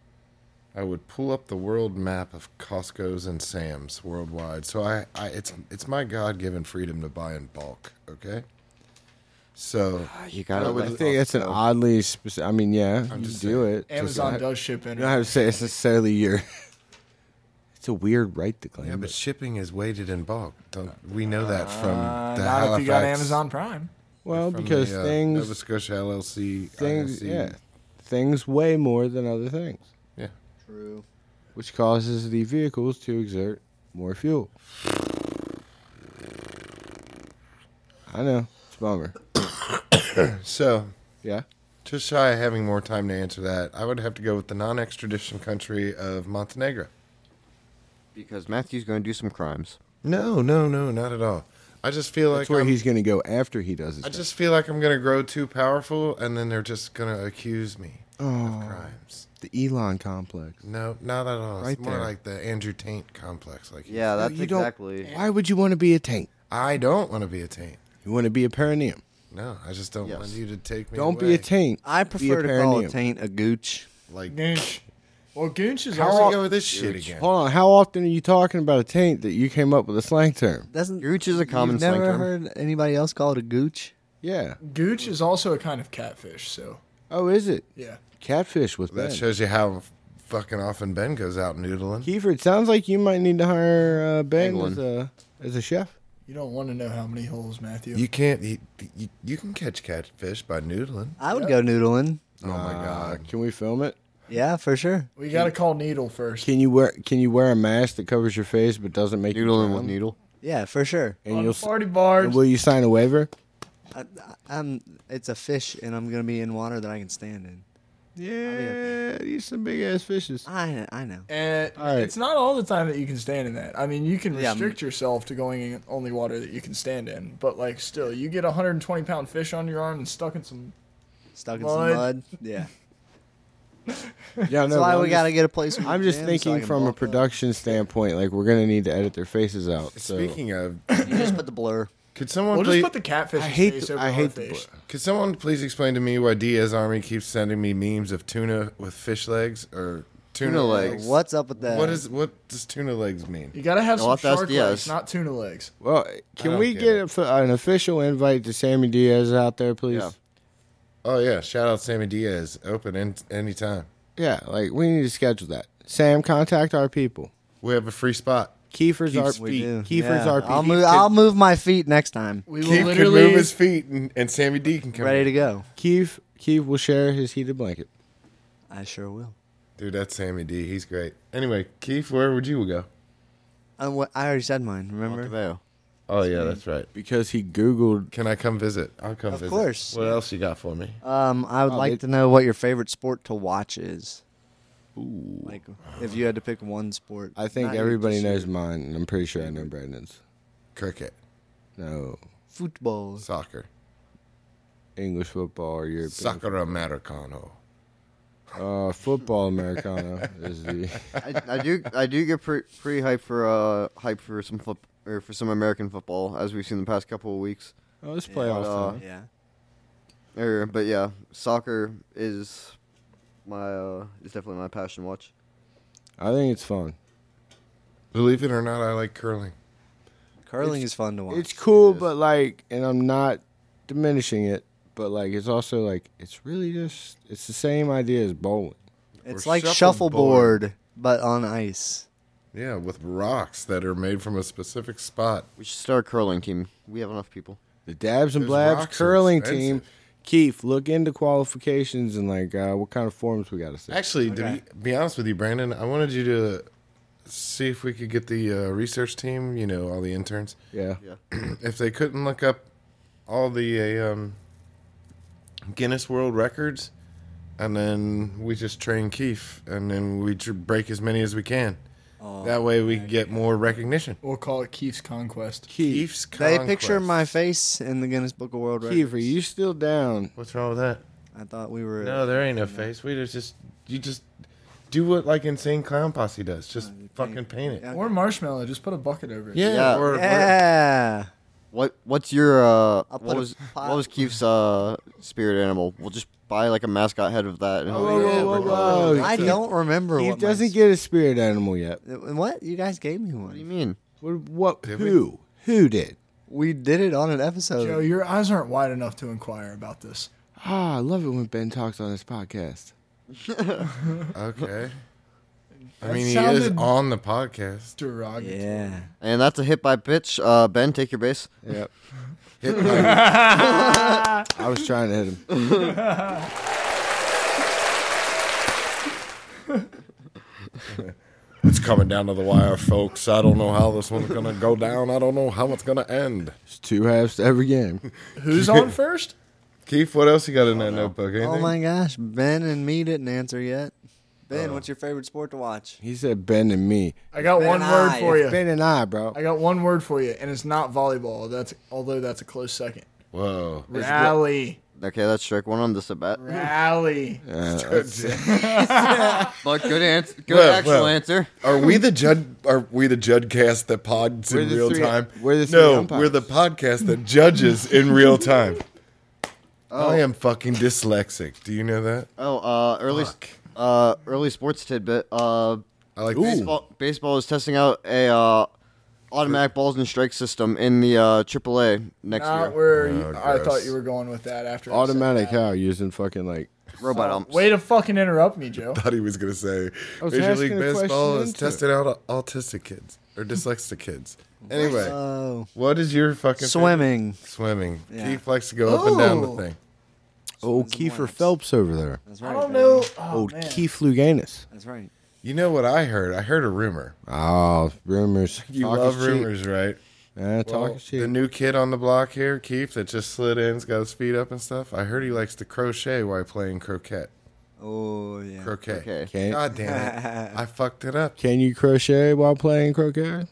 Speaker 4: I would pull up the world map of Costco's and Sam's worldwide. So I, I it's it's my God-given freedom to buy in bulk, okay? So
Speaker 1: Ah,
Speaker 2: You got
Speaker 3: I
Speaker 2: it.
Speaker 3: would think that's an oddly specific. I mean, yeah, you
Speaker 4: just
Speaker 3: do it.
Speaker 7: Oh. Amazon
Speaker 3: Just-
Speaker 7: does ship in.
Speaker 3: You don't have to say it's necessarily your. it's a weird right to claim.
Speaker 4: yeah, but
Speaker 3: but
Speaker 4: shipping is weighted in bulk. Don't we know that from
Speaker 7: Uh,
Speaker 4: the
Speaker 7: not if you got
Speaker 4: Halifax-
Speaker 7: Amazon Prime.
Speaker 3: well,
Speaker 4: from
Speaker 3: because
Speaker 4: the, uh, Nova
Speaker 3: things,
Speaker 4: Scotia LLC
Speaker 3: things,
Speaker 4: INC.
Speaker 3: yeah, things weigh more than other things,
Speaker 4: yeah.
Speaker 1: True.
Speaker 3: which causes the vehicles to exert more fuel. I know it's a bummer.
Speaker 4: So
Speaker 3: Yeah,
Speaker 4: just shy of having more time to answer that, I would have to go with the non-extradition country of Montenegro.
Speaker 2: Because Matthew's going to do some crimes.
Speaker 4: No, no, no, not at all. I just feel
Speaker 3: that's
Speaker 4: like
Speaker 3: where
Speaker 4: I'm-
Speaker 3: he's going to go after he does his.
Speaker 4: I
Speaker 3: job.
Speaker 4: just feel like I'm gonna grow too powerful, and then they're just gonna accuse me of
Speaker 3: oh,
Speaker 4: crimes.
Speaker 3: the Elon complex.
Speaker 4: No, not at all.
Speaker 3: Right
Speaker 4: it's more
Speaker 3: there.
Speaker 4: like the Andrew Taint complex. Like,
Speaker 2: Yeah, that's
Speaker 3: you don't-
Speaker 2: exactly.
Speaker 3: Why would you want to be a tank?
Speaker 4: I don't want to be a Taint.
Speaker 3: You want to be a perineum.
Speaker 4: No, I just don't
Speaker 2: Yes.
Speaker 4: want you to take me.
Speaker 3: Don't
Speaker 4: away.
Speaker 3: be a tank.
Speaker 1: I
Speaker 3: Be
Speaker 1: prefer to call a taint a gooch.
Speaker 4: Like,
Speaker 7: Goonch. Well, Goonch is
Speaker 4: how does it
Speaker 7: also.
Speaker 4: go with this shit again?
Speaker 3: Hold on, how often are you talking about a taint that you came up with a slang term?
Speaker 1: Doesn't
Speaker 2: Gooch is a common
Speaker 1: You've
Speaker 2: slang
Speaker 1: never
Speaker 2: term.
Speaker 1: heard anybody else call it a gooch?
Speaker 3: Yeah.
Speaker 7: Gooch is also a kind of catfish, so
Speaker 3: Oh, is it
Speaker 7: yeah.
Speaker 3: catfish with
Speaker 4: That
Speaker 3: Ben.
Speaker 4: shows you how f- fucking off, and Ben goes out noodling.
Speaker 3: Kiefer, it sounds like you might need to hire uh, Ben
Speaker 2: England.
Speaker 3: as a, as a chef.
Speaker 7: You don't want to know how many holes, Matthew.
Speaker 4: You can't. You, you, you can catch catfish by noodling.
Speaker 1: I would go noodling.
Speaker 4: Oh my
Speaker 3: Uh,
Speaker 4: god!
Speaker 3: can we film it?
Speaker 1: Yeah, for sure.
Speaker 7: we got to call Needle first.
Speaker 3: Can you wear Can you wear a mask that covers your face but doesn't make you
Speaker 2: Noodling with
Speaker 3: drown?
Speaker 2: needle.
Speaker 1: Yeah, for sure.
Speaker 3: And
Speaker 7: On
Speaker 3: you'll
Speaker 7: the
Speaker 3: s-
Speaker 7: party bars.
Speaker 3: will you sign a waiver?
Speaker 1: I, I'm. It's a fish, and I'm gonna be in water that I can stand in.
Speaker 3: Yeah, these some big ass fishes.
Speaker 1: I I know.
Speaker 7: And
Speaker 3: All right.
Speaker 7: it's not all the time that you can stand in that. I mean, you can
Speaker 1: Yeah, m-
Speaker 7: restrict yourself to going in only water that you can stand in, but like still, you get a 120 pound fish on your arm and stuck in some.
Speaker 1: Stuck in
Speaker 7: Mud.
Speaker 1: some mud. Yeah.
Speaker 3: Yeah,
Speaker 1: That's
Speaker 3: no,
Speaker 1: why
Speaker 3: I'm
Speaker 1: we
Speaker 3: just-
Speaker 1: gotta get a place. with
Speaker 3: I'm just
Speaker 1: gym so I
Speaker 3: thinking
Speaker 1: can
Speaker 3: from a
Speaker 1: bulk up.
Speaker 3: production standpoint, like we're gonna need to edit their faces out. So.
Speaker 4: Speaking of,
Speaker 1: You just put the blur.
Speaker 4: could someone
Speaker 7: We'll
Speaker 4: please?
Speaker 7: just put the catfish
Speaker 3: I
Speaker 7: in
Speaker 3: hate
Speaker 7: face
Speaker 3: the,
Speaker 7: over
Speaker 3: I
Speaker 7: our
Speaker 3: hate the.
Speaker 7: fish.
Speaker 4: could someone please explain to me why Diaz Army keeps sending me memes of tuna with fish legs or tuna,
Speaker 2: Tuna legs.
Speaker 4: legs?
Speaker 1: What's up with that?
Speaker 4: What is what does tuna legs mean?
Speaker 7: You gotta have
Speaker 2: You'll
Speaker 7: some
Speaker 2: have to ask
Speaker 7: shark
Speaker 2: Diaz.
Speaker 7: legs, not tuna legs.
Speaker 3: Well, can
Speaker 4: don't
Speaker 3: we
Speaker 4: get
Speaker 3: get
Speaker 4: it.
Speaker 3: a f an official invite to Sammy Diaz out there, please?
Speaker 2: Yeah.
Speaker 4: Oh yeah, shout out Sammy Diaz. Open in, anytime.
Speaker 3: Yeah, like we need to schedule that. Sam, contact our people.
Speaker 4: We have a free spot.
Speaker 3: Kiefer's our
Speaker 4: Keith's
Speaker 1: We do.
Speaker 3: Kiefer's
Speaker 1: yeah.
Speaker 3: our
Speaker 1: I'll
Speaker 3: Keith
Speaker 1: move.
Speaker 3: can-
Speaker 1: I'll move my feet next time.
Speaker 7: We will
Speaker 4: Keith can
Speaker 7: literally.
Speaker 4: move his feet, and, and Sammy D can come.
Speaker 1: Ready
Speaker 4: in.
Speaker 1: to go.
Speaker 3: Keith Keith will share his heated blanket.
Speaker 1: I sure will.
Speaker 4: Dude, that's Sammy D. He's great. Anyway, Keith, where would you go?
Speaker 1: I, wa- Uh, I already said mine. Remember?
Speaker 2: Montevideo.
Speaker 4: Oh yeah, that's right.
Speaker 3: Because he Googled
Speaker 4: Can I come visit? I'll come
Speaker 1: Of
Speaker 4: visit.
Speaker 1: course.
Speaker 4: What else you got for me?
Speaker 1: Um, I would
Speaker 3: Oh,
Speaker 1: like
Speaker 3: they-
Speaker 1: to know what your favorite sport to watch is. Ooh. Like, if you had to pick one sport.
Speaker 3: I think
Speaker 1: Not your-
Speaker 3: everybody
Speaker 1: just your
Speaker 3: knows mine, and I'm pretty sure I know Brandon's.
Speaker 4: Cricket,
Speaker 3: No.
Speaker 1: football.
Speaker 4: soccer,
Speaker 3: English football or European
Speaker 4: soccer americano.
Speaker 3: Uh, football Americano is the
Speaker 2: I, I do I do get pre- pretty hyped for uh hype for some flip or for some American football as we've seen the past couple of weeks.
Speaker 3: oh, it's playoff
Speaker 2: uh,
Speaker 3: time.
Speaker 1: Yeah.
Speaker 2: Or but yeah, soccer is my uh, is definitely my passion watch.
Speaker 3: I think it's fun.
Speaker 4: Believe it or not, I like curling.
Speaker 1: Curling is fun to watch.
Speaker 3: It's cool,
Speaker 2: is.
Speaker 3: but like, and I'm not diminishing it, but like, it's also like it's really just it's the same idea as bowling.
Speaker 1: It's
Speaker 4: Or
Speaker 1: like
Speaker 4: shuffleboard.
Speaker 1: shuffleboard, but on ice.
Speaker 4: Yeah, with rocks that are made from a specific spot.
Speaker 2: We should start a curling team. We have enough people.
Speaker 3: The Dabs and
Speaker 4: Those
Speaker 3: Blabs
Speaker 4: rocks are
Speaker 3: curling team.
Speaker 4: expensive.
Speaker 3: Keith, look into qualifications and like uh, what kind of forms we got to see.
Speaker 4: Actually, to be, be honest with you, Brandon, I wanted you to see if we could get the uh, research team, you know, all the interns,
Speaker 3: yeah.
Speaker 2: Yeah.
Speaker 4: if they couldn't look up all the uh, um, Guinness World Records, and then we just train Keefe, and then we tr- break as many as we can.
Speaker 1: Oh,
Speaker 4: that way we get more recognition.
Speaker 7: We'll call it Keith's Conquest.
Speaker 3: Keith,
Speaker 4: Keefe's
Speaker 1: They
Speaker 4: conquest.
Speaker 1: picture my face in the Guinness Book of World Records.
Speaker 3: Keith, are you still down?
Speaker 4: What's wrong with that?
Speaker 1: I thought we were.
Speaker 4: No, there ain't no face. We just, just you just do what like insane clown posse does. Just fucking paint it.
Speaker 1: Yeah.
Speaker 7: Or marshmallow. Just put a bucket over it.
Speaker 4: Yeah.
Speaker 2: Yeah.
Speaker 4: Or, or-
Speaker 1: yeah.
Speaker 2: What what's your uh
Speaker 1: put
Speaker 2: what
Speaker 1: a
Speaker 2: was
Speaker 1: pot-
Speaker 2: what was Keith's uh spirit animal? We'll just buy like a mascot head of that. And
Speaker 3: Oh, Whoa, whoa, whoa, whoa!
Speaker 1: I
Speaker 3: Keith-
Speaker 1: don't remember
Speaker 3: Keith
Speaker 1: what. my
Speaker 3: doesn't
Speaker 1: s-
Speaker 3: get a spirit animal yet.
Speaker 1: What? You guys gave me
Speaker 2: What do you
Speaker 1: one.
Speaker 2: mean?
Speaker 3: What? what
Speaker 4: Did we?
Speaker 3: who? Who did?
Speaker 1: We did it on an
Speaker 7: Joe,
Speaker 1: episode.
Speaker 7: your eyes aren't wide enough to inquire about this.
Speaker 3: Ah, I love it when Ben talks on his podcast.
Speaker 4: okay. I
Speaker 7: That
Speaker 4: mean, he is
Speaker 7: sounded-
Speaker 4: on the podcast.
Speaker 7: Derogatory.
Speaker 1: Yeah.
Speaker 2: And that's a hit by pitch. Uh, ben, take your base.
Speaker 3: Yep.
Speaker 4: Hit by-
Speaker 3: I was trying to hit him.
Speaker 4: it's coming down to the wire, folks. I don't know how this one's gonna go down. I don't know how it's gonna end.
Speaker 3: It's two halves to every game.
Speaker 7: Who's on first?
Speaker 4: Keith, what else you got in that notebook? Anything?
Speaker 1: Oh my gosh, Ben and me didn't answer yet. Oh. Ben, what's your favorite sport to watch?
Speaker 3: He said Ben and me.
Speaker 7: I got
Speaker 1: Ben
Speaker 7: one
Speaker 1: and
Speaker 7: word
Speaker 1: I.
Speaker 7: for you.
Speaker 3: Ben and I, bro.
Speaker 7: I got one word for you, and it's not volleyball. That's although that's a close second.
Speaker 4: Whoa.
Speaker 7: Rally,
Speaker 2: Okay, that's strike one on this at bat.
Speaker 7: rally.
Speaker 2: But good answer. Good
Speaker 4: Well,
Speaker 2: actual
Speaker 4: well.
Speaker 2: answer.
Speaker 4: Are we the Judd? Are we the Judcast that pods
Speaker 3: We're
Speaker 4: in
Speaker 3: the
Speaker 4: real
Speaker 3: three-
Speaker 4: time?
Speaker 3: we're the three
Speaker 4: no,
Speaker 3: umpires.
Speaker 4: we're the podcast that judges in real time.
Speaker 3: Oh.
Speaker 4: I am fucking dyslexic. Do you know that?
Speaker 2: Oh, uh, early, uh, early sports tidbit. Uh,
Speaker 4: I like
Speaker 2: baseball, baseball is testing out a uh, automatic balls and strike system in the uh, AAA next
Speaker 7: Not
Speaker 2: year.
Speaker 7: where
Speaker 4: Oh,
Speaker 7: you, I thought
Speaker 4: gross.
Speaker 7: you were going with that after. I said
Speaker 3: Automatic
Speaker 7: that.
Speaker 3: how? Using fucking like.
Speaker 2: Robot umps.
Speaker 7: Way to fucking interrupt me, Joe.
Speaker 4: thought he was gonna say
Speaker 3: I was
Speaker 4: Major
Speaker 3: asking
Speaker 4: League
Speaker 3: a question
Speaker 4: Baseball is
Speaker 3: into it.
Speaker 4: testing out au- autistic kids or dyslexic kids. Anyway,
Speaker 1: Oh,
Speaker 4: what is your fucking
Speaker 1: swimming.
Speaker 4: favorite- Swimming.
Speaker 1: Yeah.
Speaker 4: Keith likes to go up and down the
Speaker 7: Ooh.
Speaker 4: thing.
Speaker 3: Oh,
Speaker 1: Swims and
Speaker 3: Kiefer
Speaker 1: laps.
Speaker 3: Phelps over there.
Speaker 1: That's
Speaker 7: I
Speaker 1: right.
Speaker 7: don't
Speaker 1: baby.
Speaker 7: know. Oh,
Speaker 3: Old
Speaker 7: man.
Speaker 3: Keith Luganis.
Speaker 1: That's right.
Speaker 4: You know what I heard? I heard a rumor.
Speaker 3: Oh, rumors.
Speaker 4: You
Speaker 3: Talk
Speaker 4: love
Speaker 3: is cheap.
Speaker 4: rumors, right?
Speaker 3: Yeah, talk
Speaker 4: Well,
Speaker 3: is cheap.
Speaker 4: Oh, the new kid on the block here, Keith, that just slid in, has got his feet up and stuff. I heard he likes to crochet while playing croquet.
Speaker 1: Oh yeah.
Speaker 4: Croquet.
Speaker 2: Okay.
Speaker 3: Can-
Speaker 4: God damn it. I fucked it up.
Speaker 3: Can you crochet while playing croquet?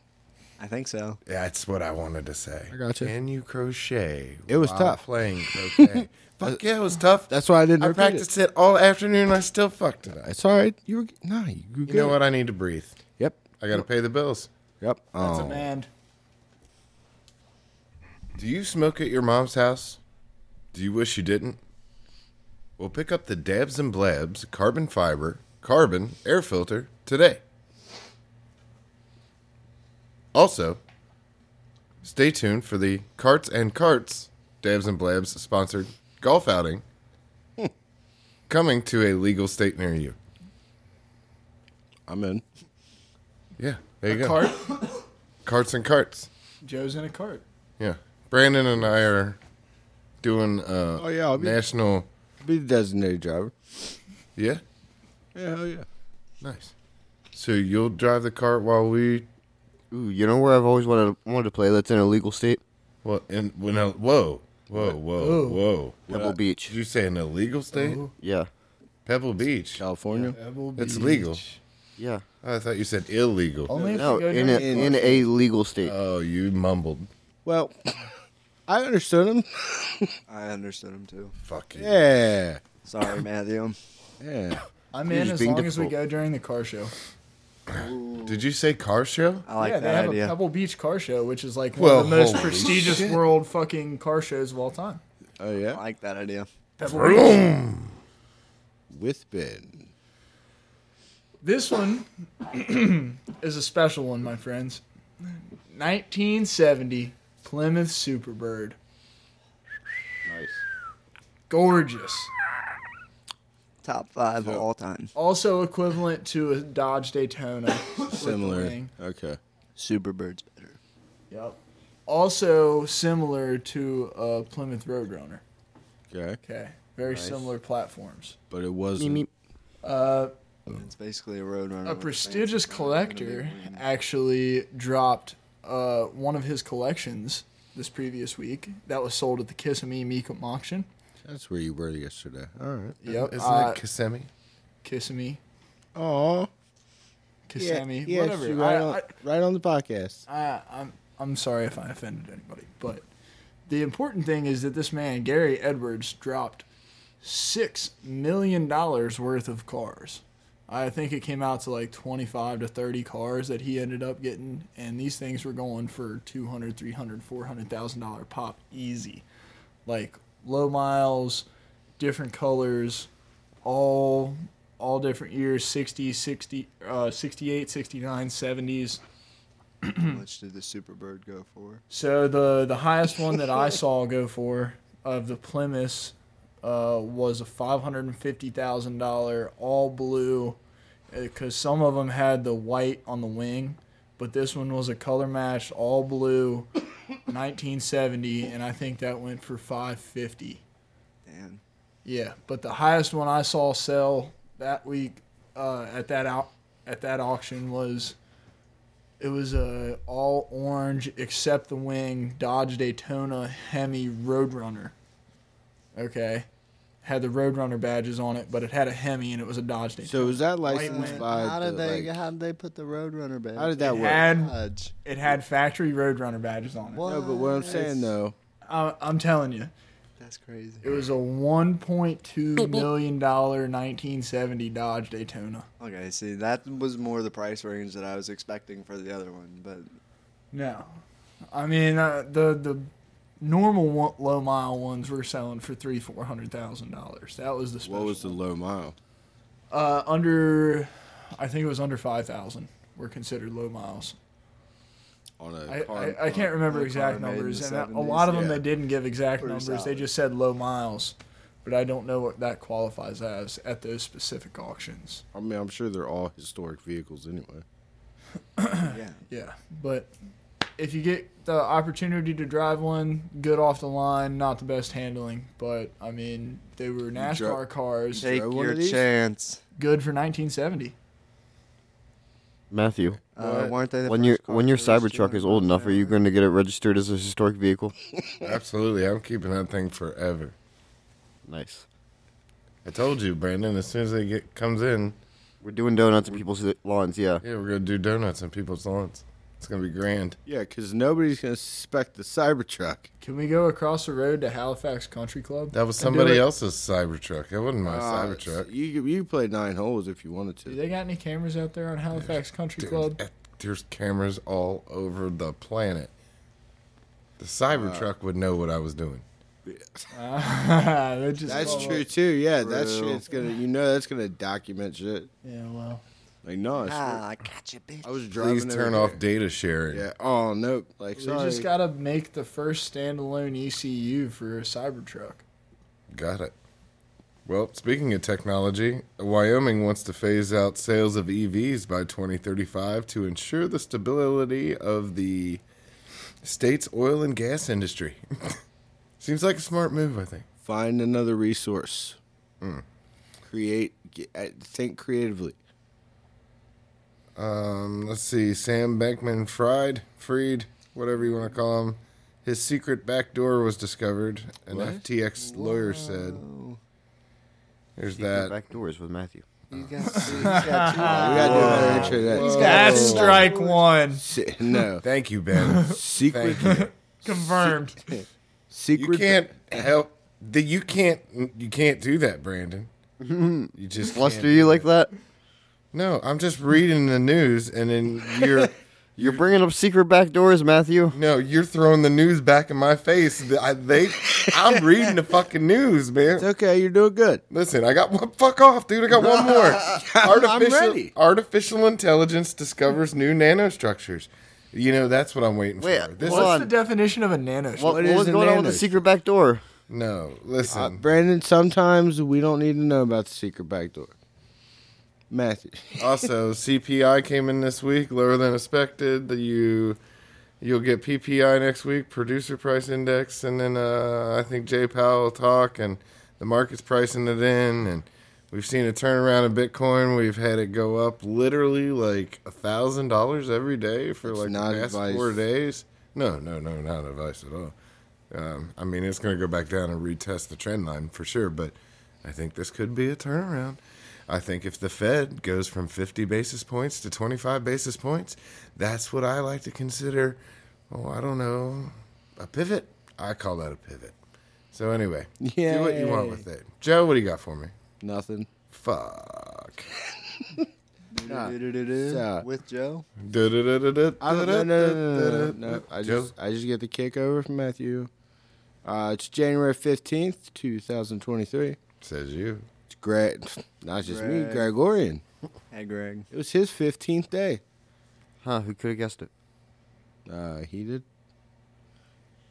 Speaker 1: I think so.
Speaker 4: That's what I wanted to say.
Speaker 3: I gotcha.
Speaker 4: Can you crochet?
Speaker 3: It was
Speaker 4: while
Speaker 3: tough.
Speaker 4: Playing croquet. Fuck yeah, it was tough.
Speaker 3: That's why I didn't
Speaker 4: I
Speaker 3: repeat it.
Speaker 4: practiced it. all afternoon. and I still fucked it up.
Speaker 3: It's all right. You were nah. You, were
Speaker 4: You
Speaker 3: good.
Speaker 4: know what? I need to breathe.
Speaker 3: Yep.
Speaker 4: I gotta pay the bills.
Speaker 3: Yep.
Speaker 7: That's
Speaker 3: Oh,
Speaker 7: a man.
Speaker 4: Do you smoke at your mom's house? Do you wish you didn't? Well, pick up the Dabs and Blabs Carbon Fiber Carbon Air Filter today. Also, stay tuned for the Carts and Carts Dabs and Blabs sponsored golf outing coming to a legal state near you.
Speaker 3: I'm in.
Speaker 4: Yeah, there you go.
Speaker 7: A cart.
Speaker 4: Carts and Carts.
Speaker 7: Joe's in a cart.
Speaker 4: Yeah. Brandon and I are doing uh
Speaker 3: Oh, yeah, I'll be-
Speaker 4: national
Speaker 3: Be the designated driver.
Speaker 4: Yeah.
Speaker 3: Yeah, hell yeah.
Speaker 4: Nice. So you'll drive the cart while we
Speaker 2: Ooh, you know where I've always wanted wanted to play that's in a legal state?
Speaker 4: well in when I, whoa whoa whoa
Speaker 7: Ooh.
Speaker 4: whoa
Speaker 2: Pebble
Speaker 4: What?
Speaker 2: Beach.
Speaker 4: Did you say an illegal state?
Speaker 2: Yeah.
Speaker 4: Pebble Beach.
Speaker 3: California.
Speaker 7: Oh. Pebble
Speaker 4: It's
Speaker 7: Beach.
Speaker 4: legal.
Speaker 2: Yeah.
Speaker 4: I thought you said illegal. Oh,
Speaker 7: Only if
Speaker 2: No,
Speaker 7: you go
Speaker 2: in a,
Speaker 7: during-
Speaker 2: in a legal state.
Speaker 4: you mumbled.
Speaker 3: Well, I understood him.
Speaker 1: I understood him too.
Speaker 4: Fuck you.
Speaker 3: Yeah.
Speaker 1: Sorry, Matthew.
Speaker 3: Yeah.
Speaker 7: I'm
Speaker 2: You're
Speaker 7: in
Speaker 2: just
Speaker 7: as
Speaker 2: being
Speaker 7: long as we
Speaker 2: difficult.
Speaker 7: go during the car show.
Speaker 4: Did you say car show?
Speaker 1: I like
Speaker 7: yeah, they
Speaker 1: that
Speaker 7: have a
Speaker 1: idea.
Speaker 7: Pebble Beach car show, which is like
Speaker 4: Well,
Speaker 7: one of the most
Speaker 4: holy
Speaker 7: prestigious
Speaker 4: shit.
Speaker 7: world fucking car shows of all time.
Speaker 3: Oh
Speaker 1: I
Speaker 3: yeah.
Speaker 1: like that idea.
Speaker 7: Pebble Beach.
Speaker 3: With Ben.
Speaker 7: This one is a special one, my friends. 1970 Plymouth Superbird.
Speaker 2: Nice.
Speaker 7: Gorgeous.
Speaker 1: Top five of all time.
Speaker 7: Also equivalent to a Dodge Daytona. with the
Speaker 3: Similar.
Speaker 7: wing.
Speaker 3: Okay.
Speaker 1: Superbird's better.
Speaker 7: Yep. Also similar to a Plymouth Roadrunner.
Speaker 3: Okay.
Speaker 7: Okay. Very similar platforms.
Speaker 3: But it wasn't.
Speaker 2: meep.
Speaker 1: It's basically a roadrunner.
Speaker 7: A
Speaker 1: with
Speaker 7: prestigious
Speaker 1: fans around it.
Speaker 7: collector actually dropped uh, one of his collections this previous week that was sold at the Kissimmee Mecum auction.
Speaker 3: That's where you were yesterday. All right.
Speaker 7: Yep.
Speaker 4: Oh, Isn't
Speaker 7: uh,
Speaker 4: it Kissimmee?
Speaker 7: Kissimmee,
Speaker 3: Oh.
Speaker 7: Kissimmee,
Speaker 3: yeah,
Speaker 7: whatever.
Speaker 3: you
Speaker 7: I,
Speaker 3: Right, on, right on the podcast.
Speaker 7: I, I, I'm, I'm sorry if I offended anybody, but the important thing is that this man, Gary Edwards, dropped six million dollars worth of cars. I think it came out to like 25 to 30 cars that he ended up getting, and these things were going for 200, 300, 400,000 dollar pop easy. Like low miles, different colors, all all different years 60s, 60 uh 68 69 70s
Speaker 1: How much did the Superbird go for?
Speaker 7: so the the highest one that I saw go for of the Plymouth uh, was a five hundred and fifty thousand dollar all blue, because some of them had the white on the wing, but this one was a color matched all blue, nineteen seventy, and I think that went for five fifty.
Speaker 1: Damn.
Speaker 7: Yeah, but the highest one I saw sell that week uh, at that out at that auction was it was a all orange except the wing Dodge Daytona Hemi Roadrunner. Okay, had the Roadrunner badges on it, but it had a Hemi and it was a Dodge Daytona.
Speaker 3: So was that licensed
Speaker 7: man.
Speaker 3: by?
Speaker 1: how did
Speaker 3: the,
Speaker 1: they?
Speaker 3: like-
Speaker 1: how did they put the Roadrunner back?
Speaker 3: how did that
Speaker 7: It
Speaker 3: work?
Speaker 7: had-
Speaker 1: Dodge.
Speaker 7: it had factory Roadrunner badges on it.
Speaker 1: What?
Speaker 3: No, but what I'm saying though,
Speaker 7: I, I'm telling you,
Speaker 1: That's crazy.
Speaker 7: it was a 1.2 million dollar 1970 Dodge Daytona.
Speaker 1: Okay, see, that was more the price range that I was expecting for the other one, but
Speaker 7: No, I mean uh, the the normal one, low mile ones were selling for three four hundred thousand dollars. That was the special.
Speaker 3: what was the low mile?
Speaker 7: uh, under? I think it was under five thousand. Were considered low miles.
Speaker 3: on a
Speaker 7: I,
Speaker 3: car.
Speaker 7: I, I can't remember
Speaker 1: Car
Speaker 7: exact
Speaker 1: made in
Speaker 7: numbers,
Speaker 1: the
Speaker 7: and a- a
Speaker 1: 70s,
Speaker 7: lot of them
Speaker 3: yeah.
Speaker 7: they didn't give exact
Speaker 1: Pretty
Speaker 7: numbers. They
Speaker 1: solid.
Speaker 7: just said low miles, but I don't know what that qualifies as at those specific auctions.
Speaker 3: I mean, I'm sure they're all historic vehicles anyway.
Speaker 1: yeah.
Speaker 7: Yeah, but if you get the opportunity to drive one, good off the line, not the best handling, but I mean they were NASCAR cars,
Speaker 1: Take
Speaker 3: Throw one
Speaker 1: your
Speaker 3: of these?
Speaker 1: chance.
Speaker 7: good for 1970.
Speaker 2: Matthew,
Speaker 1: Uh, weren't they the
Speaker 2: when
Speaker 1: first
Speaker 2: your
Speaker 1: car
Speaker 2: when your
Speaker 1: to reach
Speaker 2: Cybertruck is
Speaker 1: 200
Speaker 2: old
Speaker 1: miles
Speaker 2: enough,
Speaker 1: an
Speaker 2: are you
Speaker 1: hour?
Speaker 2: going to get it registered as a historic vehicle?
Speaker 4: Absolutely. I'm keeping that thing forever.
Speaker 2: Nice.
Speaker 4: I told you, Brandon, as soon as it get, comes in,
Speaker 2: We're doing donuts in people's lawns. Yeah.
Speaker 4: yeah, we're going to do donuts in people's lawns. It's going to be grand.
Speaker 3: Yeah, because nobody's gonna suspect the Cybertruck.
Speaker 7: Can we go across the road to Halifax Country Club?
Speaker 4: That was
Speaker 7: and do
Speaker 4: somebody
Speaker 7: it?
Speaker 4: else's Cybertruck. It wasn't my
Speaker 3: Ah,
Speaker 4: Cybertruck.
Speaker 3: You you play nine holes if you wanted
Speaker 7: Do
Speaker 3: to.
Speaker 7: they got any cameras out there on Halifax Country
Speaker 4: Dude,
Speaker 7: Club?
Speaker 4: eh, There's cameras all over the planet. The Cybertruck
Speaker 7: Ah.
Speaker 4: would know what I was doing.
Speaker 7: They just
Speaker 3: That's
Speaker 7: follow
Speaker 3: true
Speaker 7: up.
Speaker 3: too. Yeah, that
Speaker 2: True.
Speaker 3: shit's gonna. You know, that's gonna document shit.
Speaker 7: Yeah, well.
Speaker 3: Like no, it's-
Speaker 1: Ah, I got you, bitch.
Speaker 3: I was driving.
Speaker 4: Please
Speaker 3: over
Speaker 4: turn off
Speaker 3: there.
Speaker 4: data sharing.
Speaker 3: Yeah. Oh no. Like
Speaker 7: We
Speaker 3: sorry.
Speaker 7: just gotta make the first standalone ECU for a Cybertruck.
Speaker 4: Got it. Well, speaking of technology, Wyoming wants to phase out sales of EVs by 2035 to ensure the stability of the state's oil and gas industry. Seems like a smart move, I think.
Speaker 3: Find another resource. Hmm. Create. Get, uh, think creatively.
Speaker 4: Um, let's see, Sam Bankman Fried, Freed, whatever you want to call him. His secret back door was discovered, an
Speaker 3: What?
Speaker 4: FTX lawyer said.
Speaker 1: Oh,
Speaker 4: There's
Speaker 2: Secret
Speaker 4: that.
Speaker 2: back doors with Matthew.
Speaker 1: he's got, he's got two
Speaker 3: we
Speaker 1: eyes.
Speaker 3: gotta do another intro to that.
Speaker 4: Whoa.
Speaker 3: Oh.
Speaker 7: That's strike one.
Speaker 3: Se- no.
Speaker 4: Oh, Thank you, Ben.
Speaker 3: Secret.
Speaker 4: Thank you.
Speaker 7: Confirmed.
Speaker 3: Secret.
Speaker 4: You can't help. The, you can't. You can't do that, Brandon. You just
Speaker 2: Fluster
Speaker 4: can't.
Speaker 2: you like that?
Speaker 4: No, I'm just reading the news, and then you're
Speaker 2: You're bringing up secret back doors, Matthew.
Speaker 4: no, you're throwing the news back in my face. The- I, they, I'm reading the fucking news,
Speaker 3: It's
Speaker 4: man.
Speaker 3: okay. You're doing good.
Speaker 4: Listen, I got one. Fuck off, dude. I got one more. Artificial
Speaker 3: ready.
Speaker 4: artificial intelligence discovers new nanostructures. You know that's what I'm waiting
Speaker 2: Wait,
Speaker 4: for. This
Speaker 2: what?
Speaker 7: What's the definition of a nano?
Speaker 2: What,
Speaker 3: What
Speaker 2: what
Speaker 3: is
Speaker 2: was
Speaker 3: a
Speaker 2: going on with the
Speaker 3: nanostructure?
Speaker 2: secret back door?
Speaker 4: no, listen.
Speaker 3: Uh, Brandon, sometimes we don't need to know about the secret back door. Matthew.
Speaker 4: also, CPI came in this week, lower than expected. The you you'll get PPI next week, producer price index, and then uh, I think Jay Powell will talk, and the market's pricing it in, and we've seen a turnaround in Bitcoin. We've had it go up literally like a thousand dollars every day for
Speaker 3: That's
Speaker 4: like
Speaker 3: not
Speaker 4: the past
Speaker 3: advice.
Speaker 4: four days. No, no, no, not advice at all. Um, I mean, it's going to go back down and retest the trend line for sure, but I think this could be a turnaround. I think if the Fed goes from 50 basis points to 25 basis points, that's what I like to consider, oh, I don't know, a pivot. I call that a pivot. So, anyway, do what you want
Speaker 3: Yay.
Speaker 4: with it. Joe, what do you got for me?
Speaker 3: Nothing.
Speaker 4: Fuck.
Speaker 1: Do-do-do-do-do.
Speaker 3: So-
Speaker 1: With Joe.
Speaker 4: Da- da- da- da- da-
Speaker 3: I
Speaker 4: da-
Speaker 3: don't, no,
Speaker 4: da-
Speaker 3: no, no, no,
Speaker 4: da-
Speaker 3: no,
Speaker 4: da-
Speaker 3: no, no. I
Speaker 4: Joe?
Speaker 3: just, I just get the kick over from Matthew. Uh, it's January fifteenth, two thousand twenty-three.
Speaker 4: Says you.
Speaker 3: It's Greg, not just me,
Speaker 1: Greg.
Speaker 3: Gregorian.
Speaker 1: Hey, Greg.
Speaker 3: It was his fifteenth day.
Speaker 2: Huh? Who could have guessed it?
Speaker 3: Uh, he did.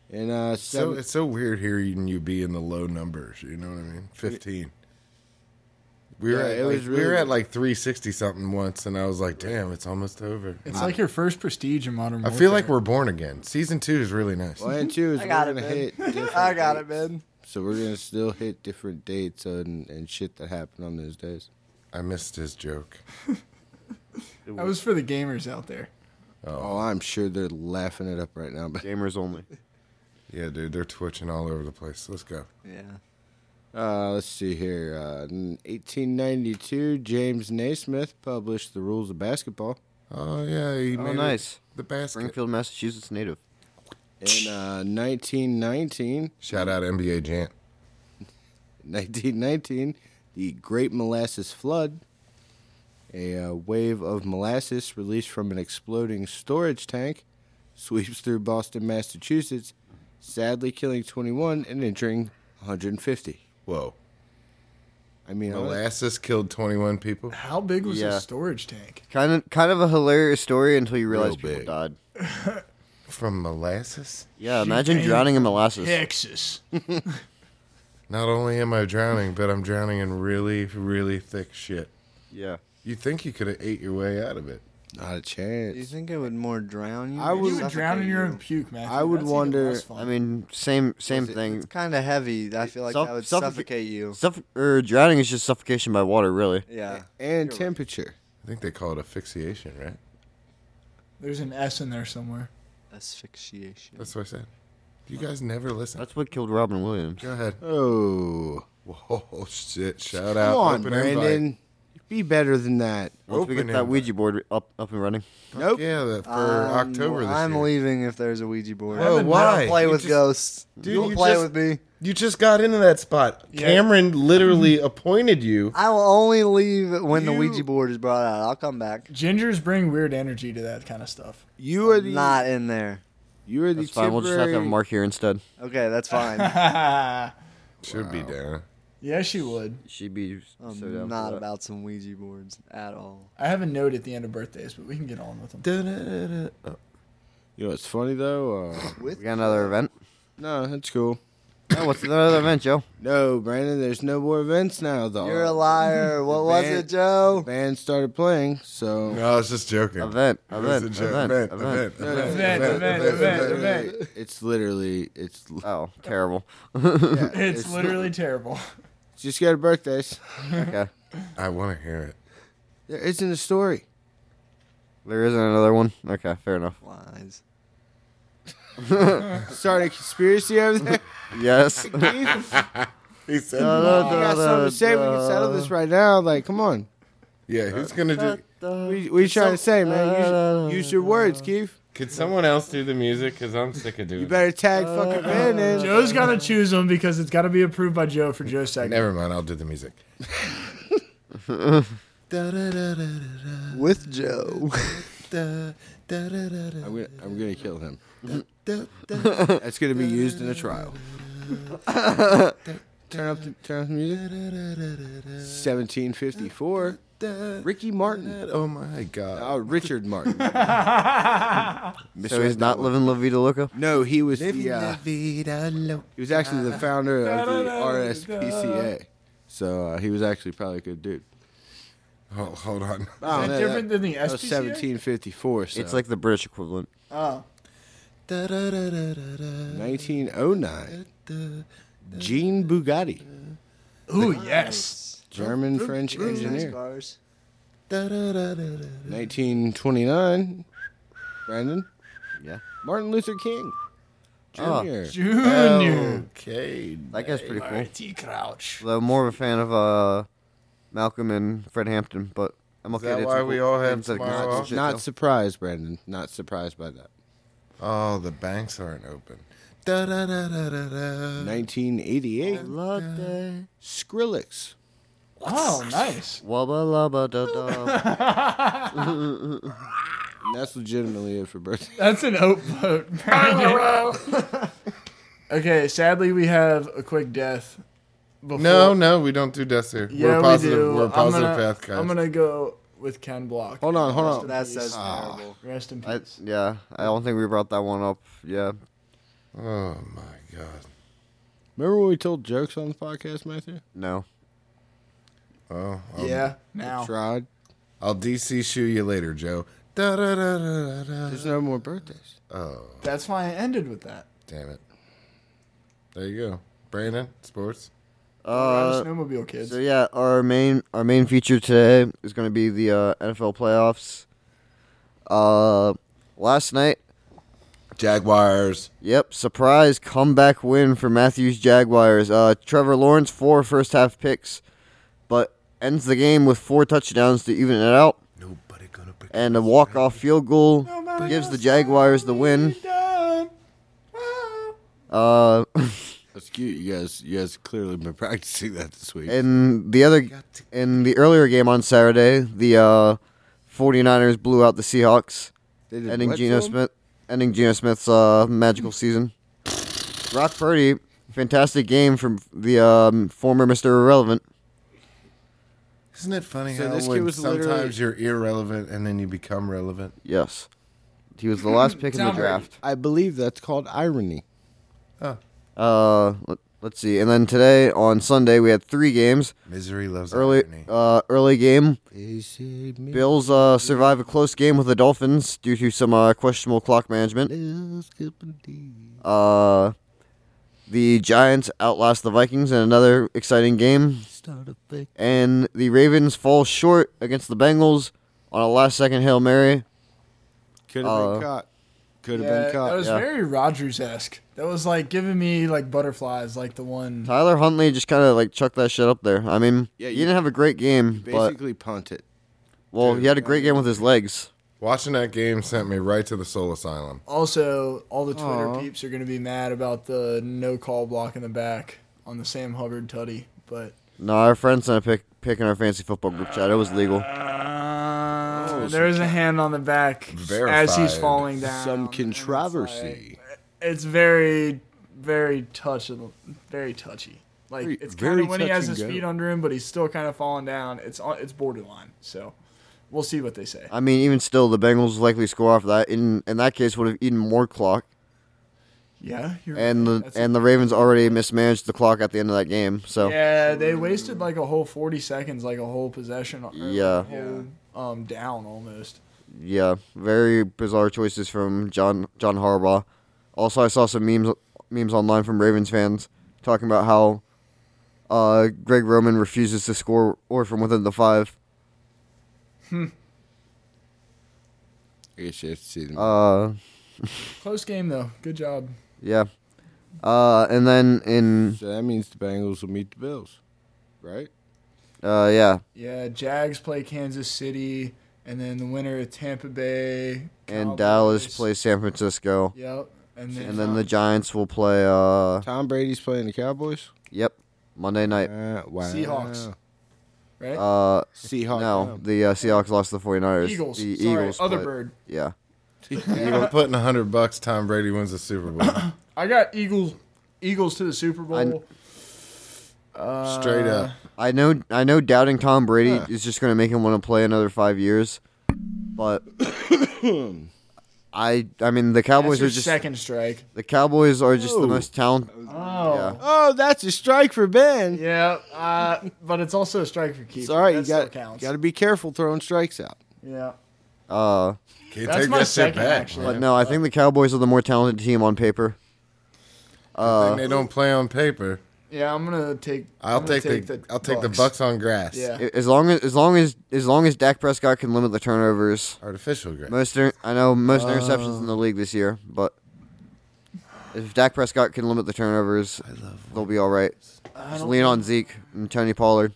Speaker 3: And uh,
Speaker 4: So
Speaker 3: seven,
Speaker 4: it's so weird hearing you be in the low numbers. You know what I mean? Fifteen. We were
Speaker 3: Yeah,
Speaker 4: at
Speaker 3: it
Speaker 4: like,
Speaker 3: was
Speaker 4: we were
Speaker 3: really-
Speaker 4: at like three sixty something once, and I was like, "Damn, it's almost over."
Speaker 7: It's like your first prestige in modern.
Speaker 4: I feel like we're born again. Season two is really nice.
Speaker 3: one and two is
Speaker 1: I
Speaker 3: we're
Speaker 1: got
Speaker 3: gonna
Speaker 1: it,
Speaker 3: hit. different
Speaker 1: I got
Speaker 3: dates.
Speaker 1: it, man.
Speaker 3: So we're gonna still hit different dates and, and shit that happened on those days.
Speaker 4: I missed his joke.
Speaker 7: That was for the gamers out there.
Speaker 3: Oh, I'm sure they're laughing it up right now. But
Speaker 2: Gamers only.
Speaker 4: Yeah, dude, they're twitching all over the place. Let's go.
Speaker 1: Yeah.
Speaker 3: uh, let's see here. Uh, in 1892, James Naismith published the rules of basketball,
Speaker 4: Oh yeah, he
Speaker 2: Oh,
Speaker 4: made it
Speaker 2: nice.
Speaker 4: the basket.
Speaker 2: Springfield, Massachusetts native.
Speaker 3: In uh, 1919,
Speaker 4: Shout out NBA Jant.
Speaker 3: 1919, the Great Molasses Flood, a uh, wave of molasses released from an exploding storage tank, sweeps through Boston, Massachusetts, sadly killing 21 and injuring 150.
Speaker 4: Whoa,
Speaker 3: I mean,
Speaker 4: molasses killed twenty one people.
Speaker 7: How big was
Speaker 2: Yeah.
Speaker 7: the storage tank?
Speaker 2: Kind of, kind of a hilarious story until you realize people
Speaker 4: Real big.
Speaker 2: died.
Speaker 4: from molasses.
Speaker 2: Yeah,
Speaker 7: She
Speaker 2: imagine
Speaker 7: came
Speaker 2: drowning in
Speaker 7: from
Speaker 2: molasses.
Speaker 7: Texas.
Speaker 4: Not only am I drowning, but I'm drowning in really, really thick shit.
Speaker 2: Yeah.
Speaker 4: You think you could have ate your way out of it?
Speaker 3: Not a
Speaker 1: Do you
Speaker 3: chance.
Speaker 1: think it would more drown you?
Speaker 3: I
Speaker 1: or
Speaker 3: would-
Speaker 7: You would drown in
Speaker 1: suffocate
Speaker 7: your
Speaker 1: you?
Speaker 7: own puke, man.
Speaker 3: I would wonder-
Speaker 2: I mean, same same thing.
Speaker 1: It's kind of heavy. I feel like
Speaker 2: Suff-
Speaker 1: that would
Speaker 2: suffocate-
Speaker 1: suffocate you.
Speaker 2: Suff- or er, drowning is just suffocation by water, really.
Speaker 1: Yeah.
Speaker 3: And temperature.
Speaker 4: I think they call it asphyxiation, right?
Speaker 7: there's an S in there somewhere.
Speaker 1: Asphyxiation.
Speaker 4: That's what I said. You guys never listen.
Speaker 2: That's what killed Robin Williams.
Speaker 4: Go ahead.
Speaker 3: Oh.
Speaker 4: Whoa, shit! Shout out.
Speaker 3: Come on,
Speaker 4: Open invite.
Speaker 3: Brandon. Be better than that.
Speaker 2: Once we
Speaker 4: Open
Speaker 2: get that
Speaker 4: invite.
Speaker 2: Ouija board up up and running.
Speaker 3: Nope.
Speaker 4: Yeah, that for
Speaker 1: I'm-
Speaker 4: October this
Speaker 1: Um, I'm
Speaker 4: year.
Speaker 1: leaving if there's a Ouija board.
Speaker 4: Whoa,
Speaker 1: I
Speaker 4: why?
Speaker 1: don't play
Speaker 4: You
Speaker 1: with
Speaker 4: just-
Speaker 1: ghosts.
Speaker 4: Dude,
Speaker 1: don't
Speaker 4: you
Speaker 1: play
Speaker 4: just-
Speaker 1: with me.
Speaker 4: You just got into that spot. Cameron literally appointed you.
Speaker 1: I will only leave when the
Speaker 4: You-
Speaker 1: Ouija board is brought out. I'll come back.
Speaker 7: Gingers bring weird energy to that kind of stuff.
Speaker 3: You are the
Speaker 1: Not in there.
Speaker 3: you are the
Speaker 2: That's fine. We'll just have to have
Speaker 3: temporary-
Speaker 2: Mark here instead.
Speaker 1: Okay, that's fine.
Speaker 4: Should be down.
Speaker 7: yes, you would.
Speaker 2: She'd be so down.
Speaker 1: I'm
Speaker 2: for
Speaker 1: not
Speaker 2: that.
Speaker 1: about some Ouija boards at all.
Speaker 7: I have a note at the end of birthdays, but we can get on with them.
Speaker 3: You know what's funny though? Uh,
Speaker 2: We got another event.
Speaker 3: no, that's cool.
Speaker 2: Oh, what's another event, Joe?
Speaker 3: No, Brandon, there's no more events now though.
Speaker 1: You're a liar. What was
Speaker 3: Band-
Speaker 1: it, Joe?
Speaker 3: Band started playing, so
Speaker 4: No, I was just joking.
Speaker 2: Event,
Speaker 4: It was a
Speaker 2: event,
Speaker 4: joke.
Speaker 2: event,
Speaker 4: Event,
Speaker 2: event.
Speaker 4: event,
Speaker 3: No, no,
Speaker 4: event,
Speaker 7: Event, event, event, event.
Speaker 3: it's literally it's l-
Speaker 2: Oh, terrible.
Speaker 7: It's literally terrible.
Speaker 3: just go to birthdays.
Speaker 2: okay.
Speaker 4: I want to hear it.
Speaker 3: There isn't a story.
Speaker 2: There isn't another one? Okay, fair enough.
Speaker 1: Lies.
Speaker 3: Starting a conspiracy over there.
Speaker 2: Yes. Uh,
Speaker 3: Keith,
Speaker 4: He said,
Speaker 3: you got something to say? We can settle this right now. Like, come on.
Speaker 4: "Yeah, who's gonna
Speaker 1: uh,
Speaker 4: do?
Speaker 3: We what you trying to say, man? Use, use your words, Keith.
Speaker 8: Could someone else do the music? Cause I'm sick of doing.
Speaker 3: You better tag fucking Brandon.
Speaker 7: Joe's got to choose them because it's got to be approved by Joe for Joe's second.
Speaker 4: Never mind. I'll do the music.
Speaker 1: With Joe.
Speaker 3: I'm gonna, I'm gonna kill him. That's gonna be used in a trial. turn up, the, turn up the music. 1754. Ricky Martin.
Speaker 4: Oh my god!
Speaker 3: Oh, Richard Martin.
Speaker 2: So he's not living La Vida Loca?
Speaker 3: No, he was the. Uh, he was actually the founder of the RSPCA. So uh, he was actually probably a good dude.
Speaker 4: Oh, hold on.
Speaker 3: Oh,
Speaker 7: Is that different than the
Speaker 3: that was
Speaker 7: SPCA?
Speaker 3: 1754. So
Speaker 2: It's like the British equivalent.
Speaker 7: Oh,
Speaker 3: 1909. Jean oh Bugatti,
Speaker 7: ooh, yes.
Speaker 3: German French engineer.
Speaker 1: Scars.
Speaker 3: 1929. Brandon.
Speaker 2: Yeah.
Speaker 3: Martin Luther King.
Speaker 2: Oh.
Speaker 3: Junior.
Speaker 7: Junior.
Speaker 4: Okay.
Speaker 2: That guy's pretty cool.
Speaker 7: T. Crouch.
Speaker 2: Though more of a fan of uh, Malcolm and Fred Hampton, but I'm okay.
Speaker 4: that
Speaker 2: did
Speaker 4: why
Speaker 2: some
Speaker 4: we
Speaker 2: cool
Speaker 4: all have
Speaker 2: things that
Speaker 4: tomorrow
Speaker 2: exist and
Speaker 4: off?
Speaker 2: shit,
Speaker 3: Not
Speaker 2: though.
Speaker 3: surprised, Brandon. Not surprised by that.
Speaker 4: Oh, the banks aren't open.
Speaker 3: 1988.
Speaker 2: Latte.
Speaker 3: Skrillex.
Speaker 7: Oh, nice.
Speaker 2: Wubba lubba da da.
Speaker 3: And that's legitimately it for birthday.
Speaker 7: That's an oat boat. okay, sadly, we have a quick death. Before.
Speaker 4: No, no, we don't do deaths here.
Speaker 7: Yeah,
Speaker 4: we're positive.
Speaker 7: We do.
Speaker 4: We're positive
Speaker 7: I'm gonna,
Speaker 4: path guys.
Speaker 7: I'm gonna go with Ken Block.
Speaker 3: Hold on, hold on.
Speaker 1: That says
Speaker 7: Ah.
Speaker 1: terrible.
Speaker 7: Rest in peace.
Speaker 2: I, yeah, I don't think we brought that one up. Yeah.
Speaker 4: Oh my god.
Speaker 3: Remember when we told jokes on the podcast, Matthew?
Speaker 2: No.
Speaker 4: Oh, I'll,
Speaker 7: yeah. Now.
Speaker 3: Tried.
Speaker 4: I'll DC shoe you later, Joe. Da, da, da, da, da, da.
Speaker 3: There's no more birthdays.
Speaker 4: Oh,
Speaker 7: That's why I ended with that.
Speaker 4: damn it. There you go, Brandon. Sports.
Speaker 7: Colorado
Speaker 2: Uh,
Speaker 7: snowmobile kids.
Speaker 2: So yeah, our main our main feature today is going to be the uh, NFL playoffs. Uh, last night,
Speaker 4: Jaguars.
Speaker 2: yep, surprise comeback win for Matthews Jaguars. Uh, Trevor Lawrence four first half picks, but ends the game with four touchdowns to even it out,
Speaker 4: Nobody gonna pick.
Speaker 2: and a walk off field goal gives the Jaguars the win. Uh,
Speaker 3: That's cute. You guys, you guys clearly been practicing that this week.
Speaker 2: in the other in the earlier game on Saturday, the uh, 49ers blew out the Seahawks.
Speaker 3: They did
Speaker 2: ending
Speaker 3: what
Speaker 2: Geno
Speaker 3: to him?
Speaker 2: Smith, ending Geno Smith's uh, magical season. Rock Purdy, fantastic game from the um, former Mister Irrelevant.
Speaker 4: Isn't it funny
Speaker 3: So
Speaker 4: how
Speaker 3: this kid
Speaker 4: when
Speaker 3: was literally-
Speaker 4: sometimes you're irrelevant and then you become relevant?
Speaker 2: Yes, He was the last pick in the
Speaker 9: Tom Brady.
Speaker 2: draft.
Speaker 3: I believe that's called irony.
Speaker 2: Uh, let, let's see. And then today on Sunday we had three games.
Speaker 4: Misery loves
Speaker 2: Early,
Speaker 4: irony.
Speaker 2: uh, early game.
Speaker 3: Is it me?
Speaker 2: Bills uh, survive a close game with the Dolphins due to some uh, questionable clock management.
Speaker 3: Bills could believe.
Speaker 2: Uh, the Giants outlast the Vikings in another exciting game,
Speaker 3: Start a thing.
Speaker 2: and the Ravens fall short against the Bengals on a last-second hail mary.
Speaker 3: Could have
Speaker 2: Uh,
Speaker 3: been caught. Could have
Speaker 7: Yeah,
Speaker 3: been
Speaker 7: that
Speaker 3: caught.
Speaker 7: was
Speaker 2: yeah.
Speaker 7: very Rogers esque. That was like giving me like butterflies, like the one.
Speaker 2: Tyler Huntley just kind of like chucked that shit up there. I mean,
Speaker 3: Yeah,
Speaker 2: he
Speaker 3: you-
Speaker 2: didn't have a great game, but
Speaker 3: Basically, punt it.
Speaker 2: well, he had a great game with his legs.
Speaker 4: Watching that game sent me right to the soul asylum.
Speaker 7: Also, all the Twitter
Speaker 3: Aw.
Speaker 7: peeps are gonna be mad about the no call block in the back on the Sam Hubbard tutty, but
Speaker 2: No, our friend sent a pick, pick in our fancy football group chat. It was legal.
Speaker 7: Uh,
Speaker 3: Oh,
Speaker 7: there is a hand on the back as he's
Speaker 4: Verified.
Speaker 7: falling down.
Speaker 3: Some
Speaker 7: and it's like-
Speaker 3: controversy.
Speaker 7: it's very, very touchy, very touchy. Like
Speaker 3: Very-
Speaker 7: it's kind
Speaker 3: very
Speaker 7: of when he
Speaker 3: touch
Speaker 7: has
Speaker 3: and
Speaker 7: his
Speaker 3: go.
Speaker 7: feet under him, but he's still kind of falling down. It's on, it's borderline. So we'll see what they say.
Speaker 2: I mean, even still, the Bengals likely score off that. In in that case, would have eaten more clock,
Speaker 7: Yeah, you're
Speaker 2: and the
Speaker 7: That's-
Speaker 2: and the Ravens already mismanaged the clock at the end of that game. So
Speaker 7: yeah, they wasted like a whole forty seconds, like a whole possession. or, like,
Speaker 2: Yeah.
Speaker 7: a whole, um, down almost.
Speaker 2: Yeah, very bizarre choices from John John Harbaugh. Also, I saw some memes memes online from Ravens fans talking about how uh, Greg Roman refuses to score or from within the five.
Speaker 3: I guess you have to see them.
Speaker 2: Uh,
Speaker 7: Close game though. Good job.
Speaker 2: yeah, uh, and then in
Speaker 3: so that means the Bengals will meet the Bills, right?
Speaker 2: uh, yeah,
Speaker 7: Yeah, Jags play Kansas City, and then the winner at Tampa Bay
Speaker 2: and
Speaker 7: Cowboys.
Speaker 2: Dallas plays San Francisco,
Speaker 7: Yep, and then,
Speaker 2: and then the Giants will play. Uh,
Speaker 3: Tom Brady's playing the Cowboys.
Speaker 2: yep, Monday night.
Speaker 3: Uh, wow.
Speaker 7: Seahawks. right
Speaker 2: Uh,
Speaker 3: Seahawks.
Speaker 2: no, the uh, Seahawks lost to the 49ers.
Speaker 7: Eagles.
Speaker 2: The
Speaker 7: Sorry,
Speaker 2: Eagles.
Speaker 7: other
Speaker 2: play-
Speaker 7: bird.
Speaker 2: Yeah.
Speaker 4: Even putting a hundred bucks, Tom Brady wins the Super Bowl.
Speaker 7: I got Eagles. Eagles to the Super Bowl.
Speaker 4: Straight up.
Speaker 2: I know, I know. Doubting Tom Brady is just going to make him want to play another five years, but I, I mean, the
Speaker 7: That's
Speaker 2: Cowboys
Speaker 7: your
Speaker 2: are just
Speaker 7: second strike.
Speaker 2: the Cowboys are just
Speaker 3: Oh.
Speaker 2: the most talent.
Speaker 7: Oh.
Speaker 3: Oh, that's a strike for Ben.
Speaker 7: Yeah, uh, but it's also a strike for keeper.
Speaker 3: Sorry,
Speaker 7: that
Speaker 3: you
Speaker 7: still
Speaker 3: got
Speaker 7: counts.
Speaker 3: got to be careful throwing strikes out.
Speaker 7: yeah.
Speaker 2: Uh,
Speaker 4: Can you
Speaker 7: That's
Speaker 4: take
Speaker 7: my
Speaker 4: that shit
Speaker 7: second,
Speaker 4: back?
Speaker 7: actually.
Speaker 2: but no, I think the Cowboys are the more talented team on paper.
Speaker 4: Thing they don't play on paper.
Speaker 7: Yeah, I'm gonna take.
Speaker 4: I'll
Speaker 7: I'm gonna
Speaker 4: take, the, I'll take the Bucks on grass.
Speaker 7: Yeah.
Speaker 2: A- As long as, as long as, as long as Dak Prescott can limit the turnovers,
Speaker 4: Artificial grass.
Speaker 2: most inter- I know
Speaker 7: Uh.
Speaker 2: most interceptions in the league this year, but if Dak Prescott can limit the turnovers, they'll be all right. Just lean on Zeke and Tony Pollard.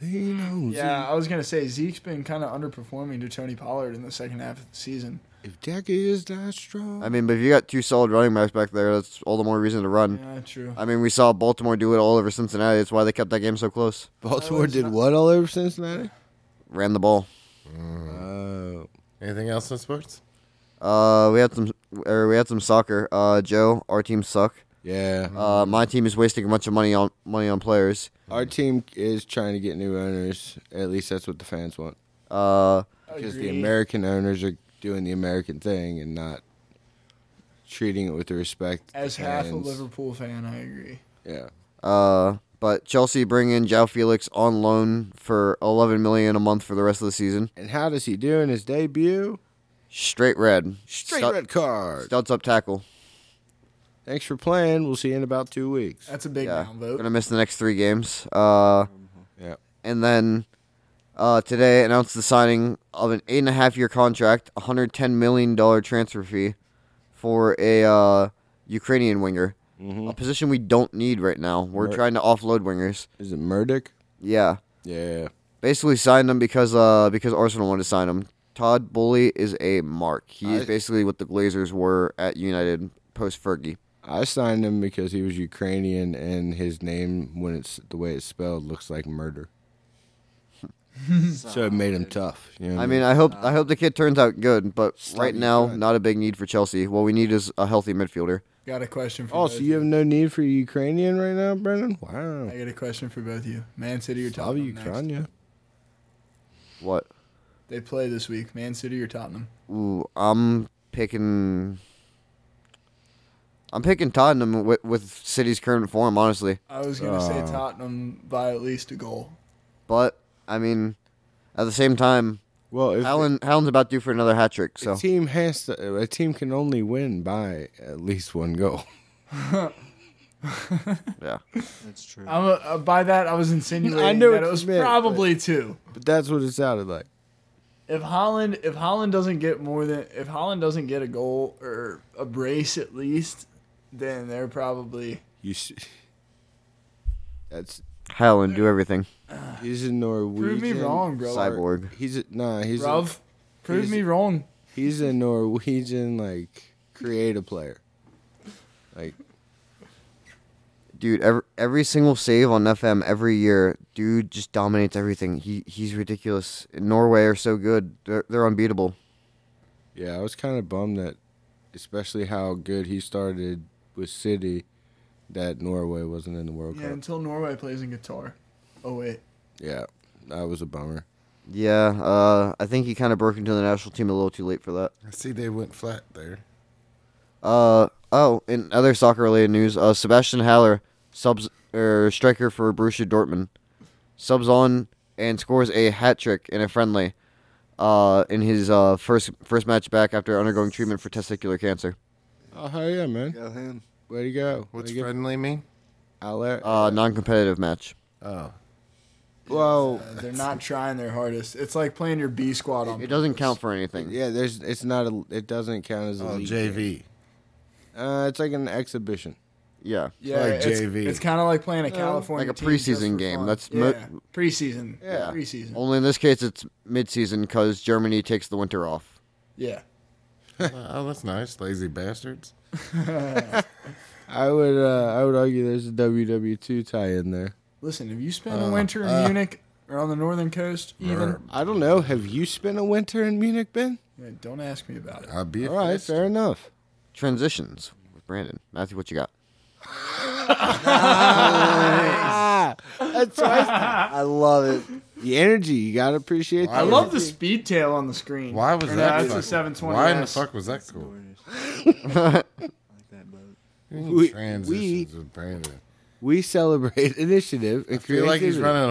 Speaker 7: Yeah, I was gonna say Zeke's been kind of underperforming to Tony Pollard in the second half of the season.
Speaker 3: If Dak is not strong,
Speaker 2: I mean, but if you got two solid running backs back there, that's all the more reason to run.
Speaker 7: Yeah, true.
Speaker 2: I mean, we saw Baltimore do it all over Cincinnati. That's why they kept that game so close.
Speaker 3: Baltimore did what all over Cincinnati?
Speaker 2: Ran the ball.
Speaker 3: Oh,
Speaker 4: Anything else in sports?
Speaker 2: Uh, we had some, or we had some soccer. Uh, Joe, our team suck.
Speaker 3: yeah.
Speaker 2: Uh, my team is wasting a bunch of money on money on players.
Speaker 3: Our team is trying to get new owners. At least that's what the fans want,
Speaker 2: Uh,
Speaker 3: because the
Speaker 7: Agreed.
Speaker 3: American owners are doing the American thing and not treating it with the respect. that
Speaker 7: As
Speaker 3: the
Speaker 7: half a
Speaker 3: fans-
Speaker 7: Liverpool fan, I agree.
Speaker 3: yeah.
Speaker 2: uh, but Chelsea bring in Jao Felix on loan for 11 million a month for the rest of the season.
Speaker 3: And how does he do in his debut?
Speaker 2: Straight red.
Speaker 3: Straight
Speaker 2: Stud-
Speaker 3: red card.
Speaker 2: Studs up tackle.
Speaker 3: Thanks for playing. We'll see you in about two weeks.
Speaker 7: That's a big
Speaker 2: Yeah,
Speaker 7: down vote.
Speaker 2: gonna miss the next three games. Uh,
Speaker 3: Yeah.
Speaker 2: and then uh, today announced the signing of an eight and a half year contract, hundred ten million dollar transfer fee for a uh, Ukrainian winger, a position we don't need right now. We're
Speaker 3: Mm-hmm. Right.
Speaker 2: trying to offload wingers.
Speaker 3: Is it Murdoch?
Speaker 2: Yeah,
Speaker 3: Yeah.
Speaker 2: basically signed him because uh, because Arsenal wanted to sign him. Todd Bully is a mark. He is
Speaker 3: I-
Speaker 2: basically what the Glazers were at United post Fergie.
Speaker 3: I signed him because he was Ukrainian and his name, when it's the way it's spelled, looks like murder. so it made him tough. You know what
Speaker 2: I mean, I hope I hope the kid turns out good, but right
Speaker 3: Slightly
Speaker 2: now,
Speaker 3: Mm. good.
Speaker 2: not a big need for Chelsea. What we need is a healthy midfielder.
Speaker 7: Got a question for
Speaker 3: oh,
Speaker 7: both
Speaker 3: so you have no need for Ukrainian right now, Brendan? Wow.
Speaker 7: I got a question for both of you. Man City or
Speaker 3: Love
Speaker 7: Tottenham next?
Speaker 3: Ukraine.
Speaker 2: What?
Speaker 7: They play this week. Man City or Tottenham?
Speaker 2: Ooh, I'm picking. I'm picking Tottenham with, with City's current form, honestly.
Speaker 7: I was gonna
Speaker 3: Oh.
Speaker 7: say Tottenham by at least a goal.
Speaker 2: But I mean, at the same time,
Speaker 3: Well, if
Speaker 2: Alan Alan's about due for another hat trick.
Speaker 3: a
Speaker 2: So
Speaker 3: team has to, a team can only win by at least one goal.
Speaker 2: yeah,
Speaker 1: That's true.
Speaker 7: I'm a, uh, by that I was insinuating
Speaker 3: I knew
Speaker 7: that
Speaker 3: what
Speaker 7: it
Speaker 3: you
Speaker 7: was
Speaker 3: meant, but-
Speaker 7: probably two.
Speaker 3: But that's what it sounded like.
Speaker 7: If Holland if Holland doesn't get more than if Holland doesn't get a goal or a brace at least, then they're probably
Speaker 3: You s that's
Speaker 2: Haaland do everything.
Speaker 3: he's a Norwegian.
Speaker 7: wrong, bro.
Speaker 2: Cyborg.
Speaker 3: He's a, nah. He's a,
Speaker 7: Bruv, prove
Speaker 3: he's-
Speaker 7: me wrong.
Speaker 3: he's a Norwegian like creative player. Like
Speaker 2: Dude, every, every single save on FM every year, dude just dominates everything. He he's ridiculous. Norway are so good; they're they're unbeatable.
Speaker 3: Yeah, I was kind of bummed that, especially how good he started with City, that Norway wasn't in the World
Speaker 7: Yeah,
Speaker 3: Cup.
Speaker 7: until Norway plays in guitar. Oh wait.
Speaker 3: Yeah, that was a bummer.
Speaker 2: Yeah, uh, I think he kind of broke into the national team a little too late for that.
Speaker 4: I see they went flat there.
Speaker 2: Uh oh, in other soccer related news, uh Sebastian Haller, subs er, striker for Borussia Dortmund, subs on and scores a hat trick in a friendly uh in his uh first first match back after undergoing treatment for testicular cancer.
Speaker 3: Oh hell yeah, man!
Speaker 1: Go him.
Speaker 3: Way to go!
Speaker 4: What's
Speaker 3: Way to go.
Speaker 4: friendly mean?
Speaker 3: Aller-
Speaker 2: Uh non-competitive match.
Speaker 4: Oh,
Speaker 3: Whoa!
Speaker 7: Uh, they're not trying their hardest. It's like playing your B squad on
Speaker 2: It doesn't count for anything.
Speaker 3: Yeah, there's. It's not a. It doesn't count as a
Speaker 4: oh
Speaker 3: league.
Speaker 4: JV.
Speaker 3: Uh, it's like an exhibition.
Speaker 2: Yeah.
Speaker 7: Yeah,
Speaker 4: like
Speaker 7: it's,
Speaker 4: JV.
Speaker 7: It's kind of like playing a California
Speaker 2: like a
Speaker 7: team just
Speaker 2: preseason
Speaker 7: for
Speaker 2: game.
Speaker 7: fun.
Speaker 2: That's
Speaker 7: yeah.
Speaker 2: mo-
Speaker 7: preseason.
Speaker 3: Yeah.
Speaker 7: preseason.
Speaker 2: Only in this case it's mid-season cuz Germany takes the winter off.
Speaker 7: Yeah,
Speaker 4: oh, that's nice. Lazy bastards.
Speaker 3: I would. Uh, I would argue there's a WW two tie in there.
Speaker 7: listen, if you spend
Speaker 2: Uh,
Speaker 7: a winter in Munich or on the northern coast, even
Speaker 4: Verb.
Speaker 3: I don't know. Have you spent a winter in Munich, Ben?
Speaker 7: Yeah, don't ask me about it.
Speaker 4: I'll be a
Speaker 3: All right,
Speaker 4: fist.
Speaker 3: fair enough.
Speaker 2: Transitions with Brandon. Matthew, what you got?
Speaker 3: Ah, that's right.
Speaker 1: I love it.
Speaker 3: the energy. You gotta appreciate.
Speaker 7: I
Speaker 3: the
Speaker 7: love the speed tail on the screen.
Speaker 4: Why was
Speaker 7: Or no,
Speaker 4: that?
Speaker 7: That's a
Speaker 4: fucking-
Speaker 7: 720.
Speaker 4: Why in the fuck was that cool?
Speaker 1: like that boat.
Speaker 3: We-
Speaker 4: Transitions with Brandon.
Speaker 3: We celebrate initiative and
Speaker 4: I feel like he's
Speaker 3: creativity.
Speaker 4: running a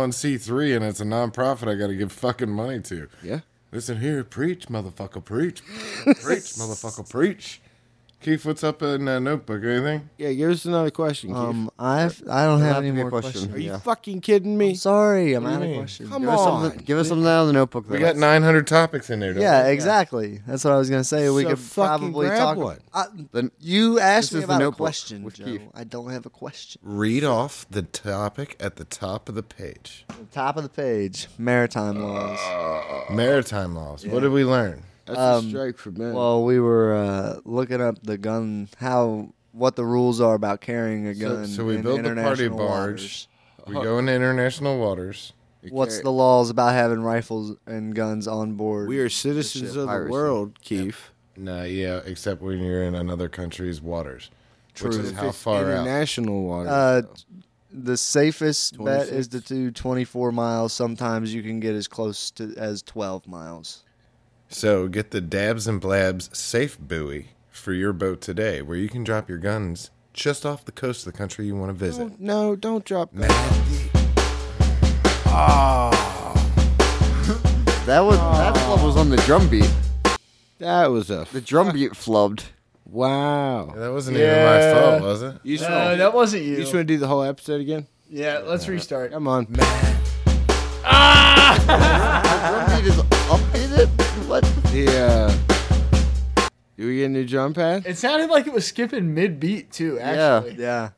Speaker 4: 501c3 and it's a nonprofit I got to give fucking money to.
Speaker 3: Yeah.
Speaker 4: Listen here, preach, motherfucker, preach. preach, motherfucker, preach. Keith, what's up in uh, Notebook? Anything?
Speaker 3: Yeah, give us another question. Keith.
Speaker 1: Um, I've, I don't have
Speaker 2: have
Speaker 1: any
Speaker 2: to be a
Speaker 1: more
Speaker 2: question.
Speaker 1: questions.
Speaker 3: Are you
Speaker 2: yeah.
Speaker 3: fucking kidding me?
Speaker 1: I'm sorry, I'm
Speaker 4: do you
Speaker 1: out of
Speaker 4: mean?
Speaker 1: questions.
Speaker 3: Come
Speaker 2: Give us
Speaker 3: on.
Speaker 2: something give us something out of the notebook.
Speaker 4: We
Speaker 2: though.
Speaker 4: got 900 topics in there, don't
Speaker 1: Yeah, exactly. That's what I was gonna say. We
Speaker 3: So
Speaker 1: could
Speaker 3: fucking
Speaker 1: probably
Speaker 3: grab
Speaker 1: talk.
Speaker 3: one.
Speaker 1: I,
Speaker 2: The-
Speaker 1: you asked
Speaker 2: This
Speaker 1: me
Speaker 2: is the
Speaker 1: about a
Speaker 2: notebook
Speaker 1: question,
Speaker 2: with
Speaker 1: Joe.
Speaker 2: Keith.
Speaker 1: I don't have a question.
Speaker 4: we? Read off the topic at the top of the page
Speaker 1: The top of the page, maritime laws.
Speaker 4: Uh, Maritime laws. What did we learn?
Speaker 3: That's a
Speaker 1: Um,
Speaker 3: strike for Ben.
Speaker 1: Well, we were uh, looking up the gun, how what the rules are about carrying a gun.
Speaker 4: so we
Speaker 1: in
Speaker 4: built the party
Speaker 1: international
Speaker 4: barge.
Speaker 1: waters.
Speaker 4: We go into international waters.
Speaker 3: You
Speaker 1: What's
Speaker 3: can't-
Speaker 1: the laws about having rifles and guns on board?
Speaker 3: We are citizens of the
Speaker 2: piracy.
Speaker 3: world, Keith.
Speaker 4: Nah, yeah, except when you're in another country's waters. Which
Speaker 1: True.
Speaker 4: is
Speaker 1: If
Speaker 4: how
Speaker 3: It's
Speaker 4: far out.
Speaker 3: international water.
Speaker 1: Uh, the safest bet
Speaker 3: 26?
Speaker 1: is to do 24 miles. Sometimes you can get as close to as 12 miles.
Speaker 4: So get the Dabs and Blabs safe buoy for your boat today, where you can drop your guns just off the coast of the country you want to visit.
Speaker 3: Oh, no, don't drop. that.
Speaker 2: That was that flub was on the drum beat.
Speaker 3: That was a
Speaker 2: The drum beat flubbed.
Speaker 3: wow.
Speaker 4: That wasn't
Speaker 7: Yeah.
Speaker 4: even my fault, was it?
Speaker 3: You just,
Speaker 7: No, that wasn't you.
Speaker 3: you just want to do the whole episode again?
Speaker 7: yeah, let's restart. Um,
Speaker 3: Come on.
Speaker 2: Drum beat is updated. What?
Speaker 3: The uh, do we get a new drum pad?
Speaker 7: It sounded like it was skipping mid beat too. Actually,
Speaker 1: Yeah,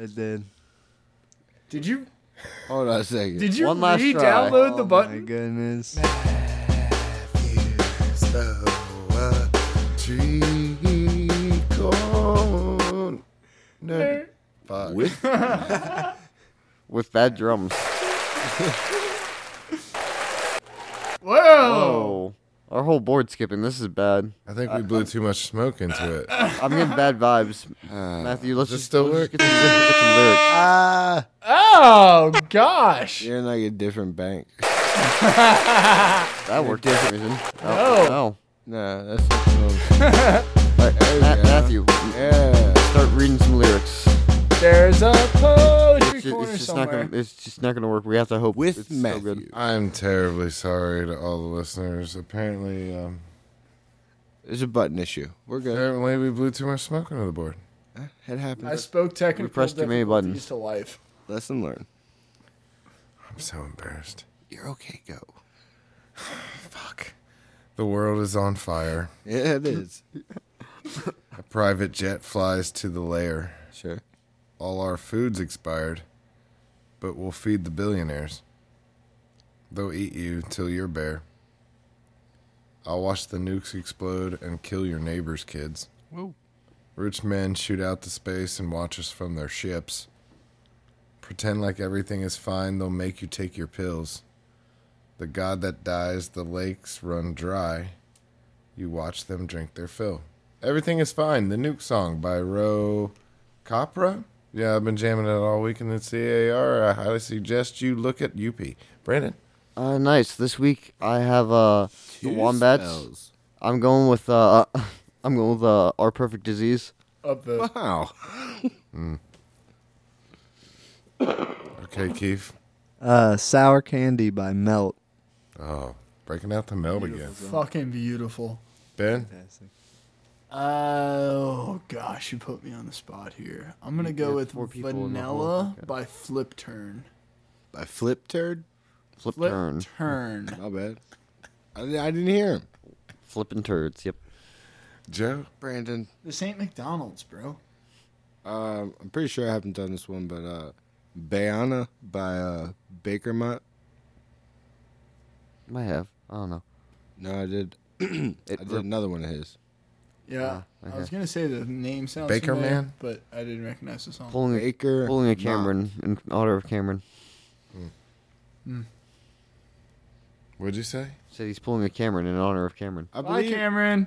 Speaker 1: it did.
Speaker 7: did you
Speaker 3: Hold on a second.
Speaker 7: did you
Speaker 2: One last try.
Speaker 7: re-download the
Speaker 1: oh my
Speaker 7: button?
Speaker 1: goodness.
Speaker 4: No. Fuck.
Speaker 2: With bad drums.
Speaker 7: Whoa!
Speaker 2: Oh, our whole board skipping. This is bad.
Speaker 4: I think we blew too much smoke into it.
Speaker 2: I'm getting bad vibes. Matthew, let's
Speaker 4: this
Speaker 2: just,
Speaker 4: still
Speaker 2: let's just get, some, get some lyrics.
Speaker 3: Ah,
Speaker 7: Oh gosh!
Speaker 3: you're in like a different bank.
Speaker 2: That worked for some reason.
Speaker 7: No.
Speaker 2: Oh, no.
Speaker 3: No, that's not
Speaker 2: All right,
Speaker 3: There we
Speaker 2: Ma-
Speaker 3: go.
Speaker 2: Matthew,
Speaker 3: Yeah.
Speaker 2: start reading some lyrics.
Speaker 7: There's a poetry
Speaker 2: It's ju-
Speaker 7: corner
Speaker 2: it's just not
Speaker 7: somewhere.
Speaker 2: gonna. It's just not gonna work. We have to hope
Speaker 3: With
Speaker 2: it's so
Speaker 3: Matthew.
Speaker 2: good.
Speaker 4: I'm terribly sorry to all the listeners. Apparently, um,
Speaker 3: There's a button issue. We're good.
Speaker 4: apparently we blew too much smoke under the board.
Speaker 3: It
Speaker 7: I
Speaker 3: happens.
Speaker 7: spoke technical
Speaker 2: We pressed too many
Speaker 7: difficulties
Speaker 2: buttons.
Speaker 7: to life.
Speaker 3: Lesson learned.
Speaker 4: I'm so embarrassed.
Speaker 3: You're okay. Go.
Speaker 4: Fuck. The world is on fire.
Speaker 3: Yeah, it is.
Speaker 4: A private jet flies to the lair.
Speaker 3: Sure.
Speaker 4: All our food's expired, but we'll feed the billionaires. They'll eat you till you're bare. I'll watch the nukes explode and kill your neighbors' kids. Rich men shoot out to space and watch us from their ships. Pretend like everything is fine, they'll make you take your pills. The god that dies, the lakes run dry. You watch them drink their fill. Everything is fine. The nuke song by Ro Copra. Yeah, I've been jamming it all week in the CAR. I highly suggest you look at UP. Brandon.
Speaker 2: Uh, nice. This week I have uh the wombats.
Speaker 3: Smells.
Speaker 2: I'm going with uh I'm going with uh our perfect disease.
Speaker 7: Up the
Speaker 3: Wow.
Speaker 4: Okay, Keith.
Speaker 1: Uh, Sour Candy by Melt.
Speaker 4: Oh, breaking out the meld again.
Speaker 7: fucking beautiful.
Speaker 4: Ben.
Speaker 7: Oh gosh, you put me on the spot here. I'm gonna go
Speaker 2: have
Speaker 7: with
Speaker 2: four people in the whole
Speaker 7: Vanilla
Speaker 2: podcast.
Speaker 7: by Flip Turn.
Speaker 3: By flip turd.
Speaker 2: Flip
Speaker 7: Flip
Speaker 2: turn.
Speaker 7: Turn.
Speaker 3: My bad. I, I didn't hear him.
Speaker 2: Flipping turds. Yep.
Speaker 4: Joe.
Speaker 3: Brandon.
Speaker 7: This ain't McDonald's, bro.
Speaker 3: Um, I'm pretty sure I haven't done this one, but uh, Bayana by uh, Baker Mutt.
Speaker 2: Might have. I don't know.
Speaker 3: No, I did. I
Speaker 2: It
Speaker 3: did another one of his.
Speaker 7: Yeah,
Speaker 2: Ah,
Speaker 7: I was
Speaker 2: okay.
Speaker 7: gonna say the name sounds
Speaker 4: Baker
Speaker 7: familiar,
Speaker 4: Man?
Speaker 7: but I didn't recognize the song.
Speaker 2: pulling a
Speaker 3: Baker.
Speaker 2: pulling a
Speaker 3: Mutt.
Speaker 2: Cameron in honor of Cameron.
Speaker 4: What'd you say?
Speaker 2: Said he's pulling a Cameron in honor of Cameron.
Speaker 3: I
Speaker 7: Bye,
Speaker 3: believe.
Speaker 7: Cameron.